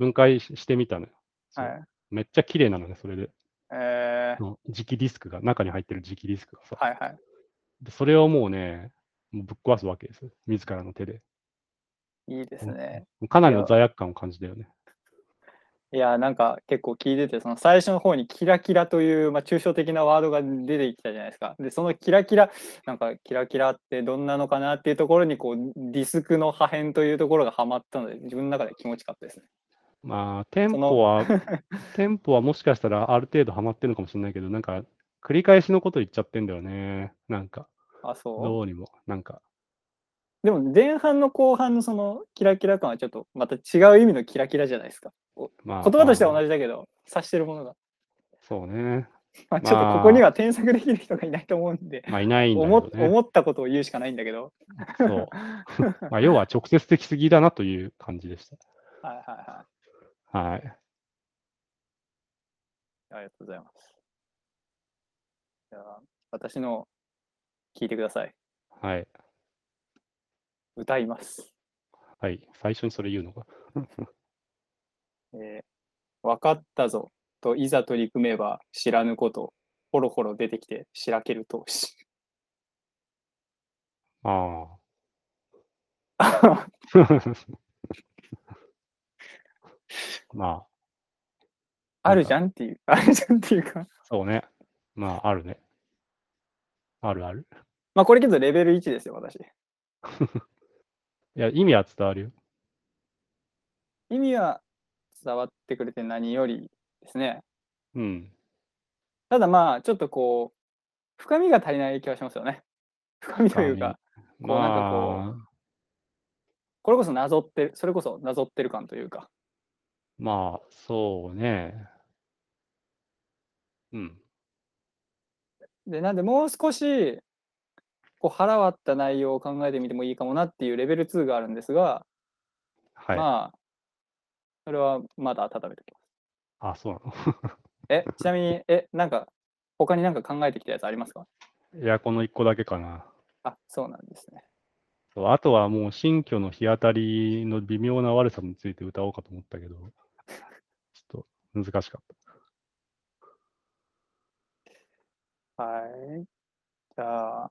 分解ししてみたのよ。そう
はい。
めっちゃ綺麗なのね、それで。
えー
その磁気ディスクが、中に入ってる磁気ディスクがさ。
はいはい。
でそれをもうね、もうぶっ壊すわけです。自らの手で。
いいですね。
かなりの罪悪感を感じたよね。
いやーなんか結構聞いててその最初の方に「キラキラ」という、まあ、抽象的なワードが出てきたじゃないですか。でその「キラキラ」なんか「キラキラ」ってどんなのかなっていうところにこうディスクの破片というところがはまったので自分の中で気持ちよかったですね。
まあ、テンポは、 テンポはもしかしたらある程度ハマってるのかもしれないけど、なんか、繰り返しのこと言っちゃってんだよね。なんか、
あそ
どうにも。なんか、
うでも前半の後半のそのキラキラ感はちょっとまた違う意味のキラキラじゃないですか。
まあ。
言葉としては
じ。
同じだけど察してるものが。
そうね。
まあ、ちょっとここには添削できる人がいないと思うんで、
まあ、いないんだけ
思っ
どね。
思ったことを言うしかないんだけど。
そう。 まあ、要は直接的すぎだなという感じでし
はいはいはい。
た。はい。
ありがとうございます。じゃあ、私の聞いてください。
はい。
歌います。
はい。最初にそれ言うのが。
えー、分かったぞといざ取り組めば知らぬこと、ほろほろ出てきてしらける投資。
あ あ。
あ
ま
るじゃんっていう、あるじゃんっていうか。
あ、そうね。まあ、あるね。あるある。
まあこれけどレベル1ですよ、私。
いや、意味は伝わるよ。
意味は伝わってくれて何よりですね。
うん。
ただまあ、ちょっとこう、深みが足りない気がしますよね。深みというか、こうなんかこう
まあ、
これこそなぞってる、それこそなぞってる感というか。
まあ、そうね。うん。
で、なんでもう少し、こう腹割った内容を考えてみてもいいかもなっていうレベル2があるんですが、
はい。
まあ、それはまだ温めておきま
あ、
す。
そうな
え、ちなみに、え、なんか、他になんか考えてきたやつありますか
の。いや、この一個だけかな。
あ、そうなんですね。
そうあとはもう新居の日当たりの微妙な悪さについて歌おうかと思ったけど、ちょっと難しかっ
はい。じゃあ、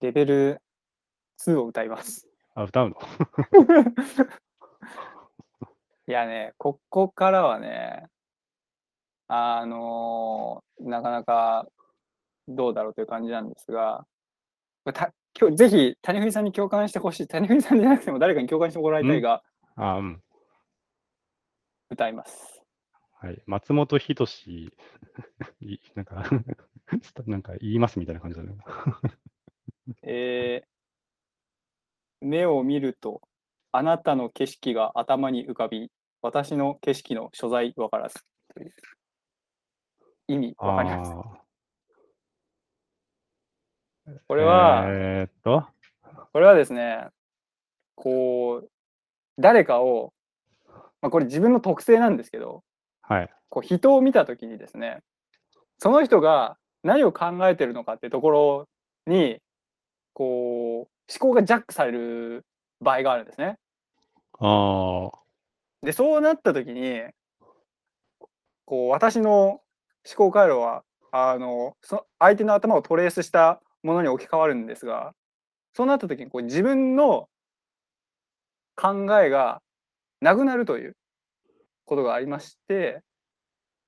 レベル2を歌います。
た。あ、歌うの
いやね、ここからはね、あのーなかなかどうだろうという感じなんですが、これた今日ぜひ谷藤さんに共感してほしい。谷藤さんじゃなくても誰かに共感してもらいたいが、
あ、うん。
歌います。
はい。松本人志、いなんか、 なんか言いますみたいな感じだね。
えー目を見ると、あなたの景色が頭に浮かび、私の景色の所在わからず。という意味わかります。
あ
こ
こ
れは、
えーっと、
これはですね、こう、誰かを、まあ、これ自分の特性なんですけど、
はい。
こう人を見たときにですね、その人が何を考えてるのかってところに、こう、思考がジャックされる場合があるんですね。
ああ、
で、そうなったときに、こう、私の思考回路は、あの、そ相手の頭をトレースしたものに置き換わるんですが、そうなったときに、こう、自分の考えがなくなるということがありまして、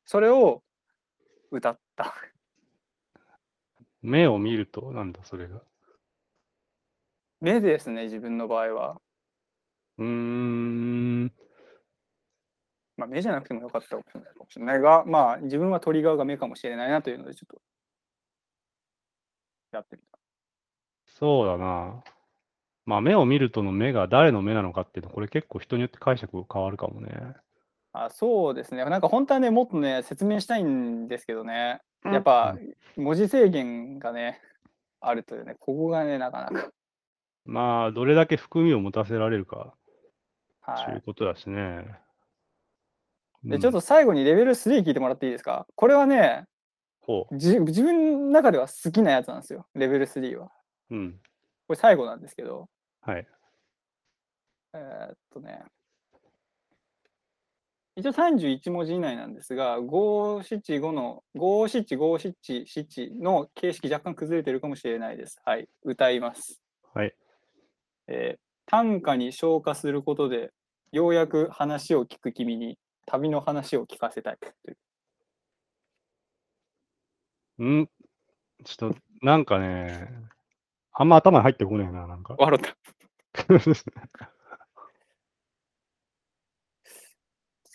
それを歌った。
目を見ると、なんだ、それが。
目ですね、自分の場合は。
うーん、
まあ、目じゃなくてもよかったかもしれないが、まあ、自分はトリガーが目かもしれないなというので、ちょっと、やってみた。
そうだな。まあ、目を見るとの目が誰の目なのかっていうの、これ結構人によって解釈変わるかもね。
あそうですね。なんか本当はね、もっとね、説明したいんですけどね、やっぱ文字制限がね、あるというね、ここがね、なかなか。
まあ、どれだけ含みを持たせられるかとい
は
うことだしね。
い、
う
で
ん
ちょっと最後にレベル3聞いてもらっていいですかこれはね
ほ
じ、自分の中では好きなやつなんですよ、レベル3は。
う。うん。
これ最後なんですけど、
はい。
えーっとね、一応31文字以内なんですが、575の、57577の形式若干崩れてるかもしれないです。はい。歌います。
はい。
えー短歌に昇華することで、ようやく話を聞く君に旅の話を聞かせたい。
んちょっと、なんかね、あんま頭に入ってこねえな、なんか。
笑った。好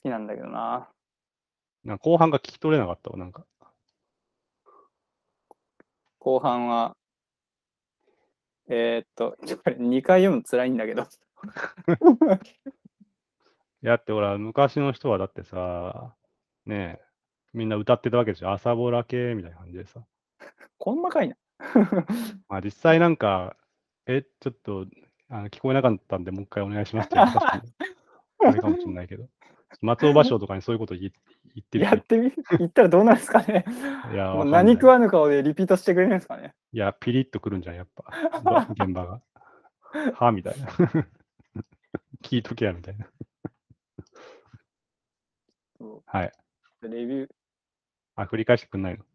きなんだけどな。
なんか後半が聞き取れなかったわ、なんか。
後半は、えーっと、ちょこれ2回読むの辛いんだけど。
いやだってほら、昔の人はだってさ、ねえ、みんな歌ってたわけでしょ、朝ぼら系みたいな感じでさ。
こんなかいな。
まあ実際なんか、え、ちょっとあの聞こえなかったんで、もう一回お願いしますっていうのは確かにあれかもしれないけど、松尾芭蕉とかにそういうこと言言ってる
や
人
っ、てみ、言ったらどうなんですかね。
いや、
も
わか
う
んない
何食わぬ顔でリピートしてくれるんですかね。
いや、ピリッとくるんじゃん、やっぱ、ば 現場が。はみたいな。 聞いとけや、みたいな。
そ
はい。
うレビュー、
あ、繰り返してくんないの。
繰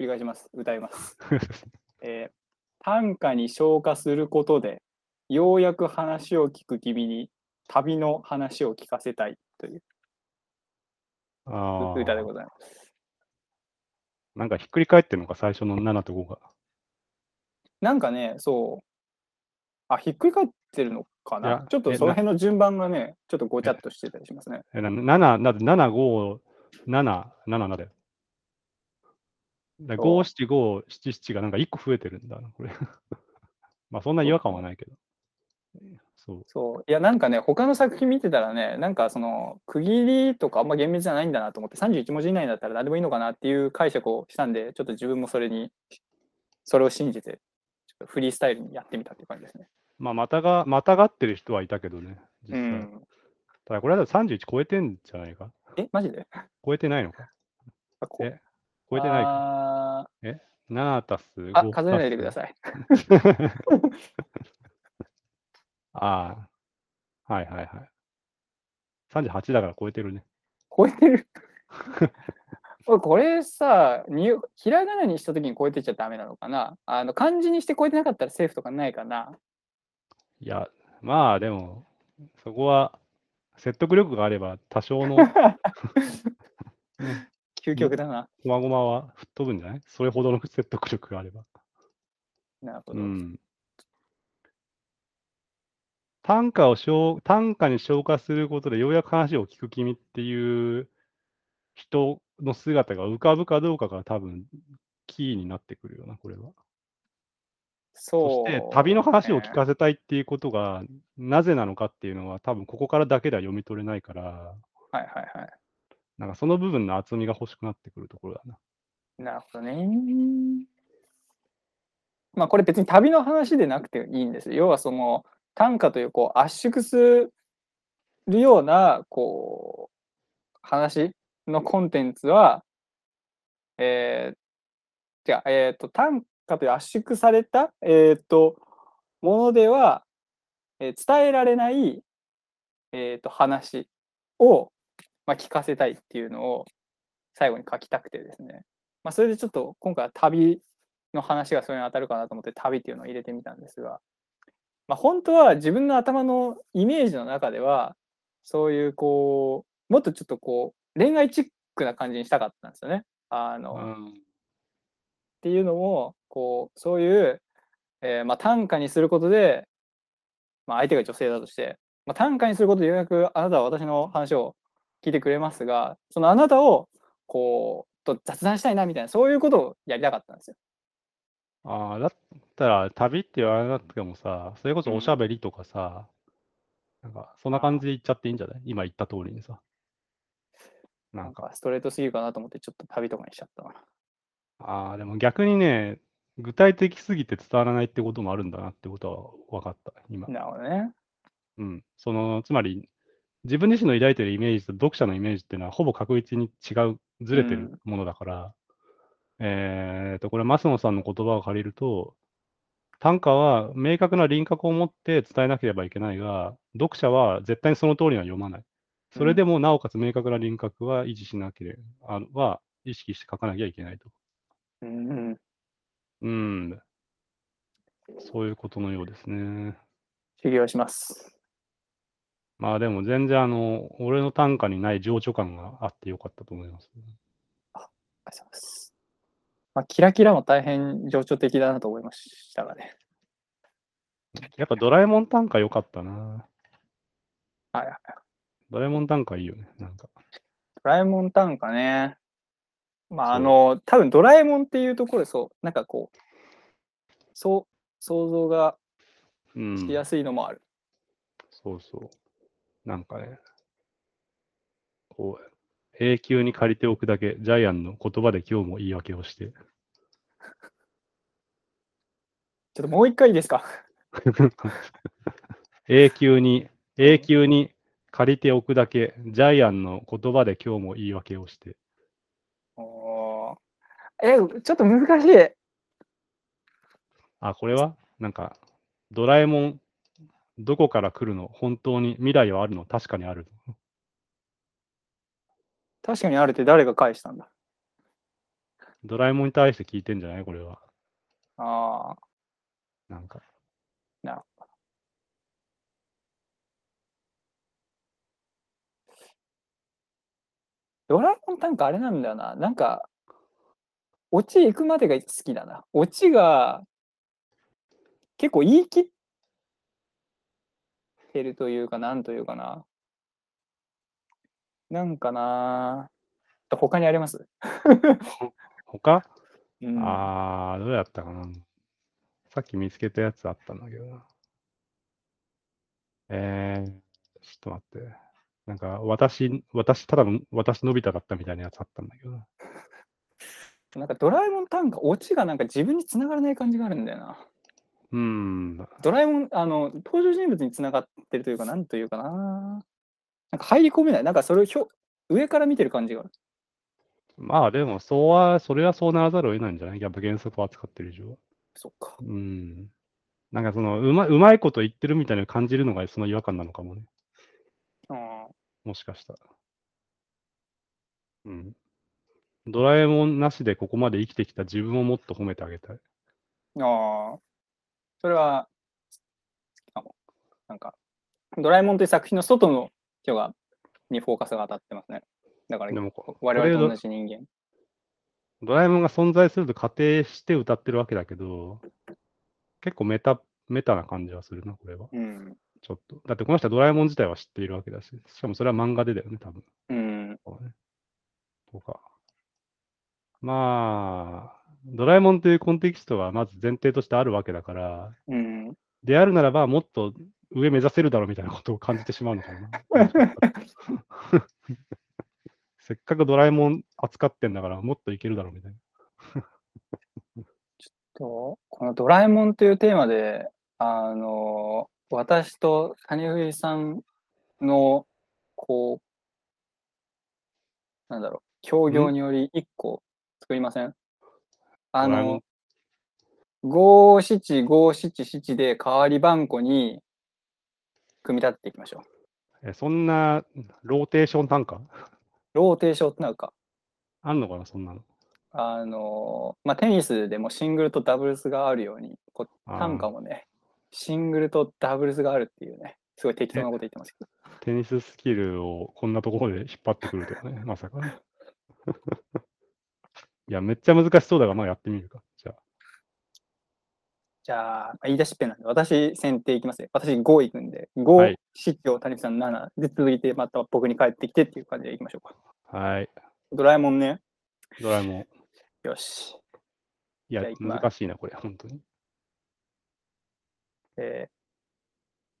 り返します。歌います。 えー短歌に昇華することで、ようやく話を聞く君に旅の話を聞かせたいという
あ
歌で
あ、
ございます。
なんかひっくり返ってんのか、最初の7と5が。
なんかね、そう。あ、ひっくり返ってるのか
い
な
や。
ちょっと
え
その辺の順番がね、ちょっとごちゃっとしてたりしますね。
えな7、だって7、5、7、7、7だよ。だ
そう
5、7、5、7、7がなんか1個増えてるんだな、これ。 まあそんな違和感はないけど。そう。
そう。いや、なんかね、他の作品見てたらね、なんかその、区切りとかあんま厳密じゃないんだなと思って、31文字以内だったら何でもいいのかなっていう解釈をしたんで、ちょっと自分もそれに、それを信じて、ちょっとフリースタイルにやってみたっていう感じですね。
まあまたが、またがってる人はいたけどね、実
う
際。
ん。
ただこれだと31超えてんじゃないか
え、マジで
超えてないのか
あこ
え超えてないか
あ
?7 たす
ーあ
5
数えないでくだ
い。
さい。
ああ。はいはいはい。38だから超えてるね。
超えてる。 おいこれさに、ひらがなにしたときに超えてちゃダメなのかなあの漢字にして超えてなかったらセーフとかないかない
や、まあでも、そこは説得力があれば多少 の
究極だな。
こまごまは吹っ飛ぶんじゃないそれほどの説得力があれば。
なるほ
う
ど。
ん。短歌を消短歌に昇華することでようやく話を聞く君っていう人の姿が浮かぶかどうかが多分キーになってくるよな、これは。そ
そ、
うして旅の話を聞かせたいっていうことがなぜなのかっていうのは多分ここからだけでは読み取れないから、
はいはいは
なんかその部分の厚みが欲しくなってくるところだな。
い。なるほどね。まあこれ別に旅の話でなくていいんですよ。要はその短歌というこう圧縮するようなこう話のコンテンツは、えー、違う、えっ、と短歌という圧縮された、えっ、と、ものでは、えー伝えられない、えっ、と話を、まあ、聞かせたいっていうのを最後に書きたくてですね。まあ、それでちょっと今回は旅の話がそれに当たるかなと思って旅っていうのを入れてみたんですが、まあ、本当は自分の頭のイメージの中ではそういうこうもっとちょっとこう恋愛チックな感じにしたかったんですよね。あの、っていうのもこうそういう、えーまあ、短歌にすることで、まあ、相手が女性だとして、まあ、短歌にすることでようやくあなたは私の話を聞いてくれますがそのあなたをこうと雑談したいなみたいなそういうことをやりたかったんですよ。
ああ、だったら旅って言われなくてもさ、それこそ
うん
おしゃべりとかさ、なんかそんな感じで言っちゃっていいんじゃない今言った通りにさ。な
なんん
か、
かストレートすぎるかなと思ってちょっと旅とかにしちゃったな。
ああ、でも逆にね、具体的すぎて伝わらないってこともあるんだなってことは分かった、今。
なるほどね。
うん。その、つまり、自分自身の抱いてるイメージと読者のイメージっていうのはほぼ確実に違う、ずれてるものだから、えーと、これ、マスノさんの言葉を借りると、短歌は明確な輪郭を持って伝えなければいけないが、読者は絶対にその通りには読まない。それでもなおかつ明確な輪郭は維持しなければ、は意識して書かなきゃいけないと。
うんうん、
うん。そういうことのようですね。
修行します。
まあでも全然あの、俺の短歌にない情緒感があってよかったと思います。
ありがとうございます。まあ、キラキラも大変情緒的だなと思いましたがね。
やっぱドラえもん短歌良かったな。
はいはい。
ドラえもん短歌いいよね。なんか。
ドラえもん短歌ね。まあ、あ
そう
の、多分ドラえもんっていうところで、そう、なんかこう、そう、想像が
うん。
しやすいのもある。
そうそう。なんかね、こう、永久に借りておくだけ、ジャイアンの言葉で今日も言い訳をして。
ちょっともう一回いいですか。
永久 に、永久に借りておくだけ、ジャイアンの言葉で今日も言い訳をして。
おーえ、ちょっと難しい。
あ、これはなんか、ドラえもん、どこから来るの本当に未来はあるの確かにあるの。
確かにあるって誰が返したんだ。
ドラえもんに対して聞いてんじゃないこれは。
ああ、
なんか。
なる
ほど。
ドラえもん短歌あれなんだよな。なんか、オチ行くまでが好きだな。オチが、結構言い切ってるというか、なんというかな。なんかな。他にあります、
他、
うん
あー、どうやったかなさっき見つけたやつあったんだけどな。えー、ちょっと待って。なんか、私、私、ただの、私、のび太だったみたいなやつあったんだけどな。
なんかドラえもん短歌、オチがなんか自分に繋がらない感じがあるんだよな。
うーん、
ドラえもん、あの、登場人物につながってるというか、なんというかな。なんか入り込めない。なんかそれをひょ上から見てる感じがある。
まあでも、そうは、それはそうならざるを得ないんじゃないやっぱ原則を扱ってる以上は。
そっか。
うん。なんかその、うまうまいこと言ってるみたいな感じるのがその違和感なのかもね。
うん。
もしかしたら。うん。ドラえもんなしでここまで生きてきた自分をもっと褒めてあげたい。
ああ。それは、あもなんか、ドラえもんという作品の外の人が、にフォーカスが当たってますね。だから
で、もこ、
我
これ
々と
ド
同じ人間。
ドラえもんが存在すると仮定して歌ってるわけだけど、結構メタ、メタな感じはするな、これは。
うん。
ちょっと。だってこの人はドラえもん自体は知っているわけだし、しかもそれは漫画でだよね、多分。
うん。
そうね。とか。まあ、ドラえもんというコンテキストがまず前提としてあるわけだから、
うん。
であるならばもっと上目指せるだろうみたいなことを感じてしまうのかな。せっかくドラえもん扱ってんだからもっといけるだろうみたいな。
と、このドラえもんというテーマで、あの、私と谷藤さんの、こう、なんだろう、協業により一個作りませんあ
ドラえも
の、五七五七七で代わり番号に組み立てていきましょう。
えそんなローテーション単価
ローテーションってなるか。
あんのかな、そんなの。
あの、まあ、テニスでもシングルとダブルスがあるように、こう
あー
短歌もね、シングルとダブルスがあるっていうね、すごい適当なこと言ってますけど。
テニススキルをこんなところで引っ張ってくるとかね、 まさかね。いや、めっちゃ難しそうだが、まあやってみるか。じゃあ。
じゃあ、まあ言い出しっぺなんで、私先手いきますよ。私5いくんで、5
い、
七を谷口さん7で続いて、また僕に帰ってきてっていう感じでいきましょうか。
はい。
ドラえもんね。
ドラえもん。
よし。
いや
じゃあ、行きます
難しいな、これ、本当に。
えー、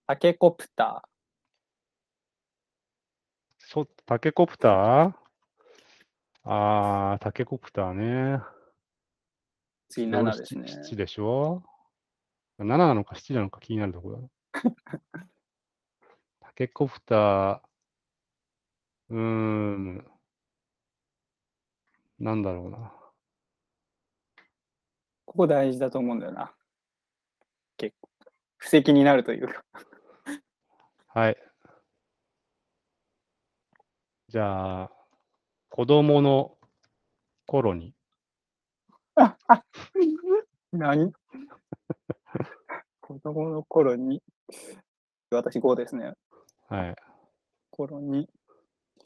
タケコプタ
ちょっと、タケコプターあー、タケコプターね。
ー、次
俺
7ですね。
7, 7でしょ ?7 なのか7なのか気になるところだな。 タケコプター、うーん、なんだろうな。
ここ大事だと思うんだよな。結構。布石になるというか。
はい。じゃあ、子供の頃に、
何子供の頃に、私5ですね。
はい。
頃に、え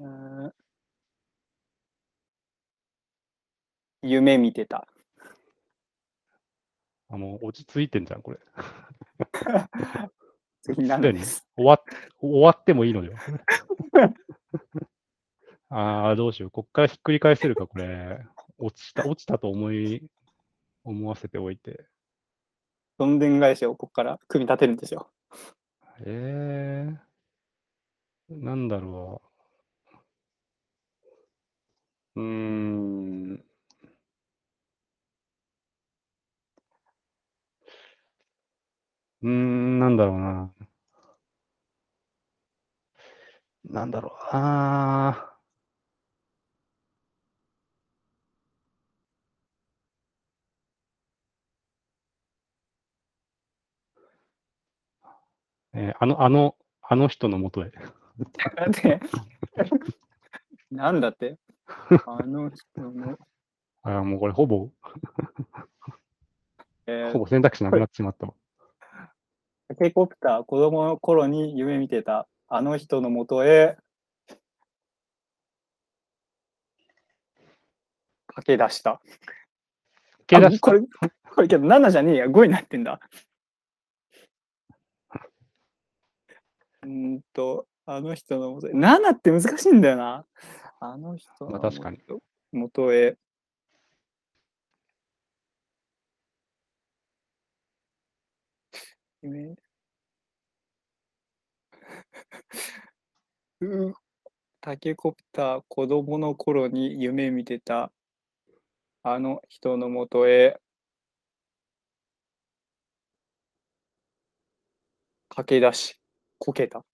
ー夢見てた。
あもう落ち着いてんじゃん、これ。
次何です。
終わっ終わってもいいのよ。 ああ、どうしよう。こっからひっくり返せるか、これ。落ちた、落ちたと思い、思わせておいて。
どんでん返しをここから組み立てるんですよ。
えー、なんだろう。うーん。うーん、なんだろうな。なんだろう。あーえーあの、あの、あの人のもとへ。
だ って、なんだってあの人の、
ああ、もうこれほぼ、
えー
ほぼ選択肢なくなってしまったわ。
ケイコプター、子供の頃に夢見てた、あの人のもとへ、駆け出した。
抜け出し
あこれ、これけど7じゃねえや、5になってんだ。 うーんと、あの人のもとへ、7って難しいんだよな。あの人の
まあ確かに
元元へ。 夢うータケコプター子供の頃に夢見てたあの人のもとへ駆け出しこけた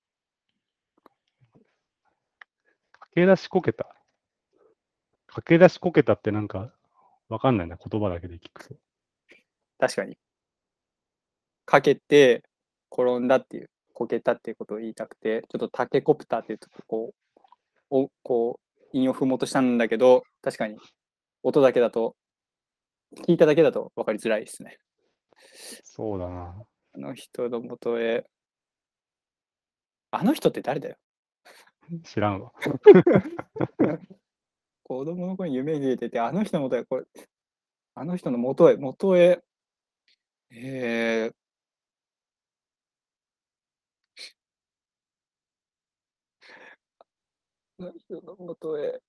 駆け出しこけた。駆け出しこけたってなんか、わかんないな、言葉だけで聞くと。
確かにかけて転んだっていうこけたっていうことを言いたくてちょっとタケコプターっていうとこうをこう韻を踏もうとしたんだけど確かに音だけだと聞いただけだと分かりづらいですね
そうだな。
あの人のもとへ。あの人って誰だよ
知らんわ。
子供の頃に夢に出てて、あの人のもとへ、これ、あの人のもとへ、もとへ、えー、あの人のもとへ、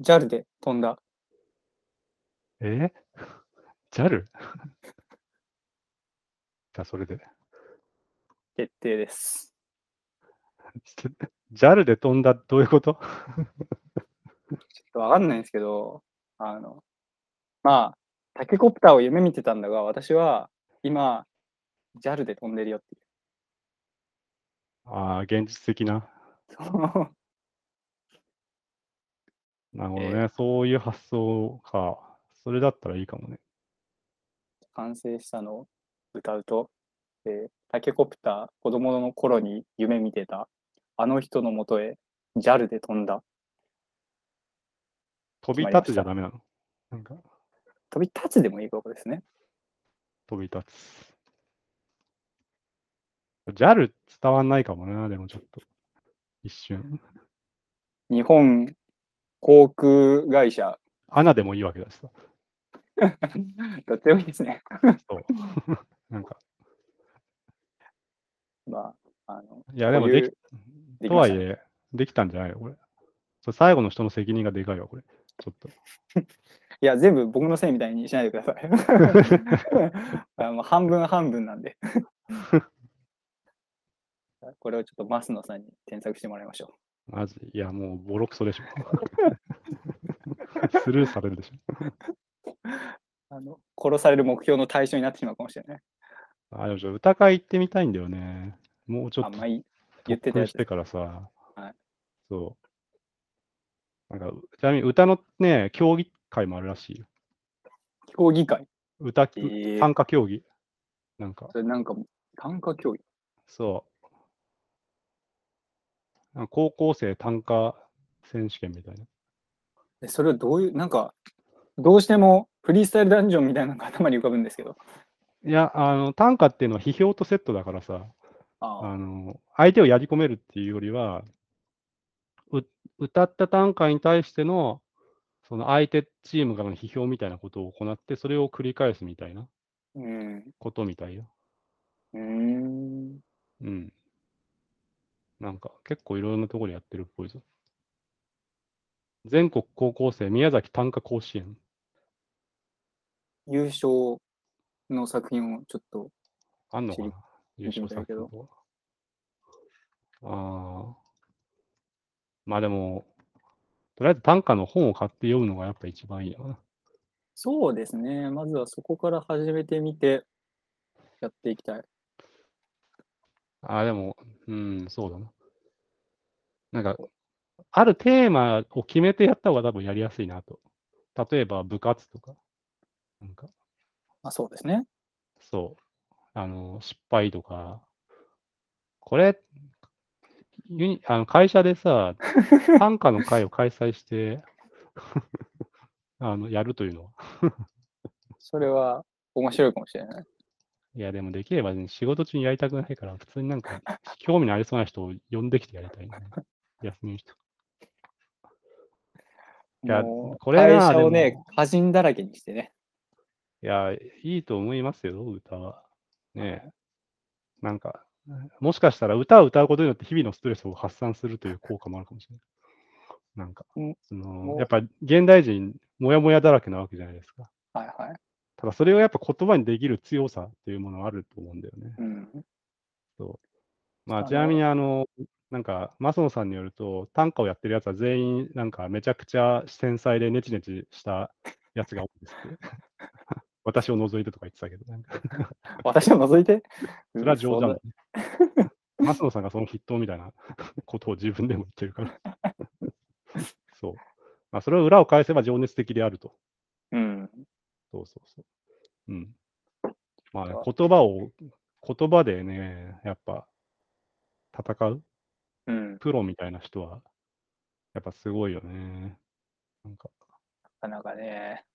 JAL で飛んだ。
え ?JAL? じゃあ、それで。
決定です。
JAL で飛んだ、どういうこと
ちょっとわかんないんですけど、あの、まあ、タケコプターを夢見てたんだが、私は今、JAL で飛んでるよってい
ああ、現実的な。
う。その
なるほど
え
ね、そういう発想か。それだったらいいかもね。
完成したのを歌うと、えータケコプター、子供の頃に夢見てた、あの人のもとへ JAL で飛んだ。
飛
まり
び
ま
立つじ
した
ゃダメなの。なんか、
飛び立つでもいいことですね。
飛び立つ。JAL 伝わんないかもな、でもちょっと。一瞬。
日本航空会社、
アナでもいいわけだしさ。
どっちでもいいですね。
そう。 なんか、
まあ、あの、
いや、でも
こうい
で
う
き、
でき
と
ま
は
し
い
たね
え、できたんじゃないのこれ。それ最後の人の責任がでかいわ、これ。ちょっと。
いや、全部僕のせいみたいにしない でください。あもう半分半 分なんで。これをちょっとマスノさんに添削してもらいましょ
マジ、いや、もうボロクソ でしょ。スルーされるでし
う。あの殺される目標の対象になってしまうかもしれない。
ょ。あ、でもちょっと歌会行ってみたいんだよね。もうちょ
あ
っ
ん
と
まり言
特
ってたや
訓
つ
してからさ。
はい
そう。なんか、ちなみに歌のね、競技会もあるらしいよ。
競技会。
歌、
えー
参加競技。なんか、
それなんか、単価教育。
そう。なんか高校生単価選手権みたいな。
でそれをどういう、なんか、どうしてもフリースタイルダンジョンみたいなのが頭に浮かぶんですけど。
いや、あの、単価っていうのは批評とセットだからさ、
ああ
あの、相手をやり込めるっていうよりは、う歌った短歌に対しての、その相手チームからの批評みたいなことを行って、それを繰り返すみたいな
うん。う
ことみたいよ。
ーん。
うん。なんか、結構いろんなところでやってるっぽいぞ。全国高校生宮崎短歌甲子園。
優勝の作品をちょっと、
あんのかな
知
優
見て
勝
みたい
作
け
品
ど
とか。ああ。まあでも、とりあえず短歌の本を買って読むのがやっぱ一番いいよな。
そうですね。まずはそこから始めてみて、やっていきたい。
ああ、でも、うん、そうだな。なんか、あるテーマを決めてやった方が多分やりやすいなと。例えば部活とか。なんか、
あ、そうですね。
そう。あの、失敗とか。これ、ユニあの会社でさ、短歌の会を開催して、 あの、やるというのは。
それは面白いかもしれない。
いや、でもできれば、ね、仕事中にやりたくないから、普通になんか、興味のありそうな人を呼んできてやりたい、ね。休みの人。いや
もう
これな
会社を
で
ね
も、
歌人だらけにしてね。
いや、いいと思いますよ、歌は。ねえ。なんか、もしかしたら歌を歌うことによって日々のストレスを発散するという効果もあるかもしれない。なんか
うん、
そ
も
の
う
やっぱ現代人、もやもやだらけなわけじゃないですか。
はいはい。
ただそれをやっぱ言葉にできる強さというものはあると思うんだよね。
うん。
ま
あ
あ、
の
ちなみに、あの、なんか、マソンさんによると、短歌をやってるやつは全員、なんか、めちゃくちゃ繊細でネチネチしたやつが多いですって。 私を除いてとか言ってたけど、なんか、
私を除いて。
それは冗談だね。 マスノさんがその筆頭みたいな ことを自分でも言ってるから。そう。まあ、それを裏を返せば情熱的であると。
うん。
そうそうそう。うん。まあね
あ、
言葉を、言葉でね、やっぱ、戦う
うん。
プロみたいな人は、やっぱすごいよね。なんか、
なかなかね、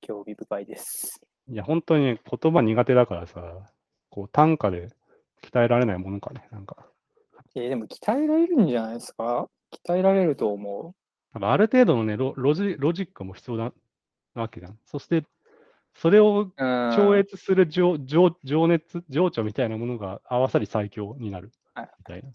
興味深いです。
いや、本当にね言葉苦手だからさ、こう、短歌で鍛えられないものかね。なんか、
えーでも鍛えられるんじゃないですか鍛えられると思
なんかある程度のね、ロロジロジックも必要ななわけじゃん。そして、それを
う。うん
超越する情情情熱、情緒みたいなものが合わさり最強になる
はい
みたいな。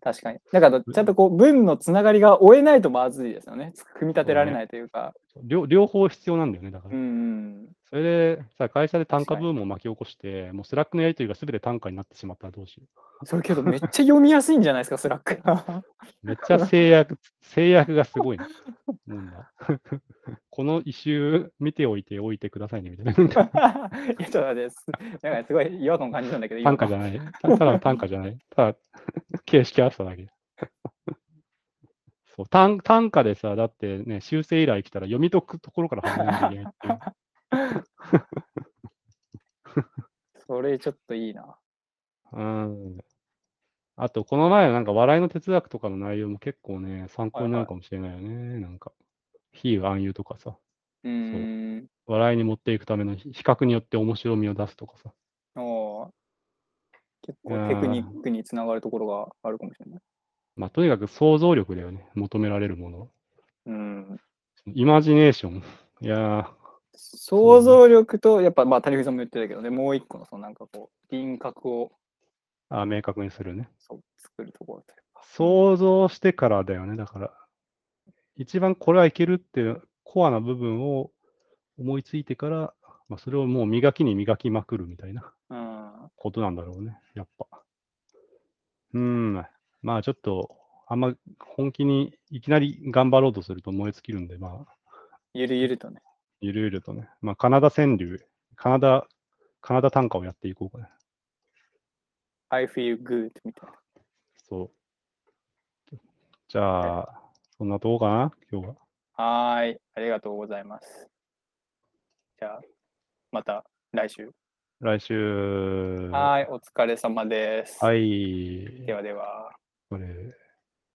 確かに。だから、ちゃんとこう、文のつながりが追えないとまずいですよね。組み立てられないというか。
両両方必要なんだよね、だか
う
ら。
ん
それでさ、会社で単
確か
価
に
ブームを巻き起こして、もうスラックのやりとりが全て単価になってしまったらどうしよ
うん。それけど、めっちゃ読みやすいんじゃないですか、スラックが。
う。めっちゃ制約、制約がすごいな。なんだ この一周見ておいておいてくださいね、みたいな。
いや、ちょっと待ってす。なんかすごい違和感感じたんだけど、
短歌じゃ
い。
ない。たただの短歌じゃない。 ただ、形式合わせただけ。そう短短歌でさ、だってね、修正依頼来たら読み解くところから始めなきゃいけないって いう。
それちょっといいな。
うん。あと、この前のなんか笑いの哲学とかの内容も結構ね、参考になるかもしれないよね。なんか、比喩暗喩とかさ、
うーん。
笑いに持っていくための比比較によって面白みを出すとかさ。
おー結
うん
構テクニックにつながるところがあるかもしれない。
まあ、とにかく想像力だよね、求められるもの。
うん。
イマジネーション。いやー、
想像力と、やっぱ、まあ、谷口さんも言ってたけどね、もう一個の、そのなんかこう、輪郭を
あ明確にするね。
そう作るところというか。
想像してからだよね。だから、一番これはいけるっていうコアな部分を思いついてから、まあ、それをもう磨きに磨きまくるみたいな
うん。
ことなんだろうね。やっぱ。うーん。まあちょっと、あんま本気にいきなり頑張ろうとすると燃え尽きるんで、まあ、
ゆるゆるとね。
ゆるゆるとね。まあ、カナダ川柳、カナダ、カナダ短歌をやっていこうかね。
I feel good みたいな。
そう。じゃあ、そんなとこかな今日は。
はーい。ありがとうございます。じゃあ、また来週。
来週。
はい、お疲れ様です。
はい。
ではでは。
これ。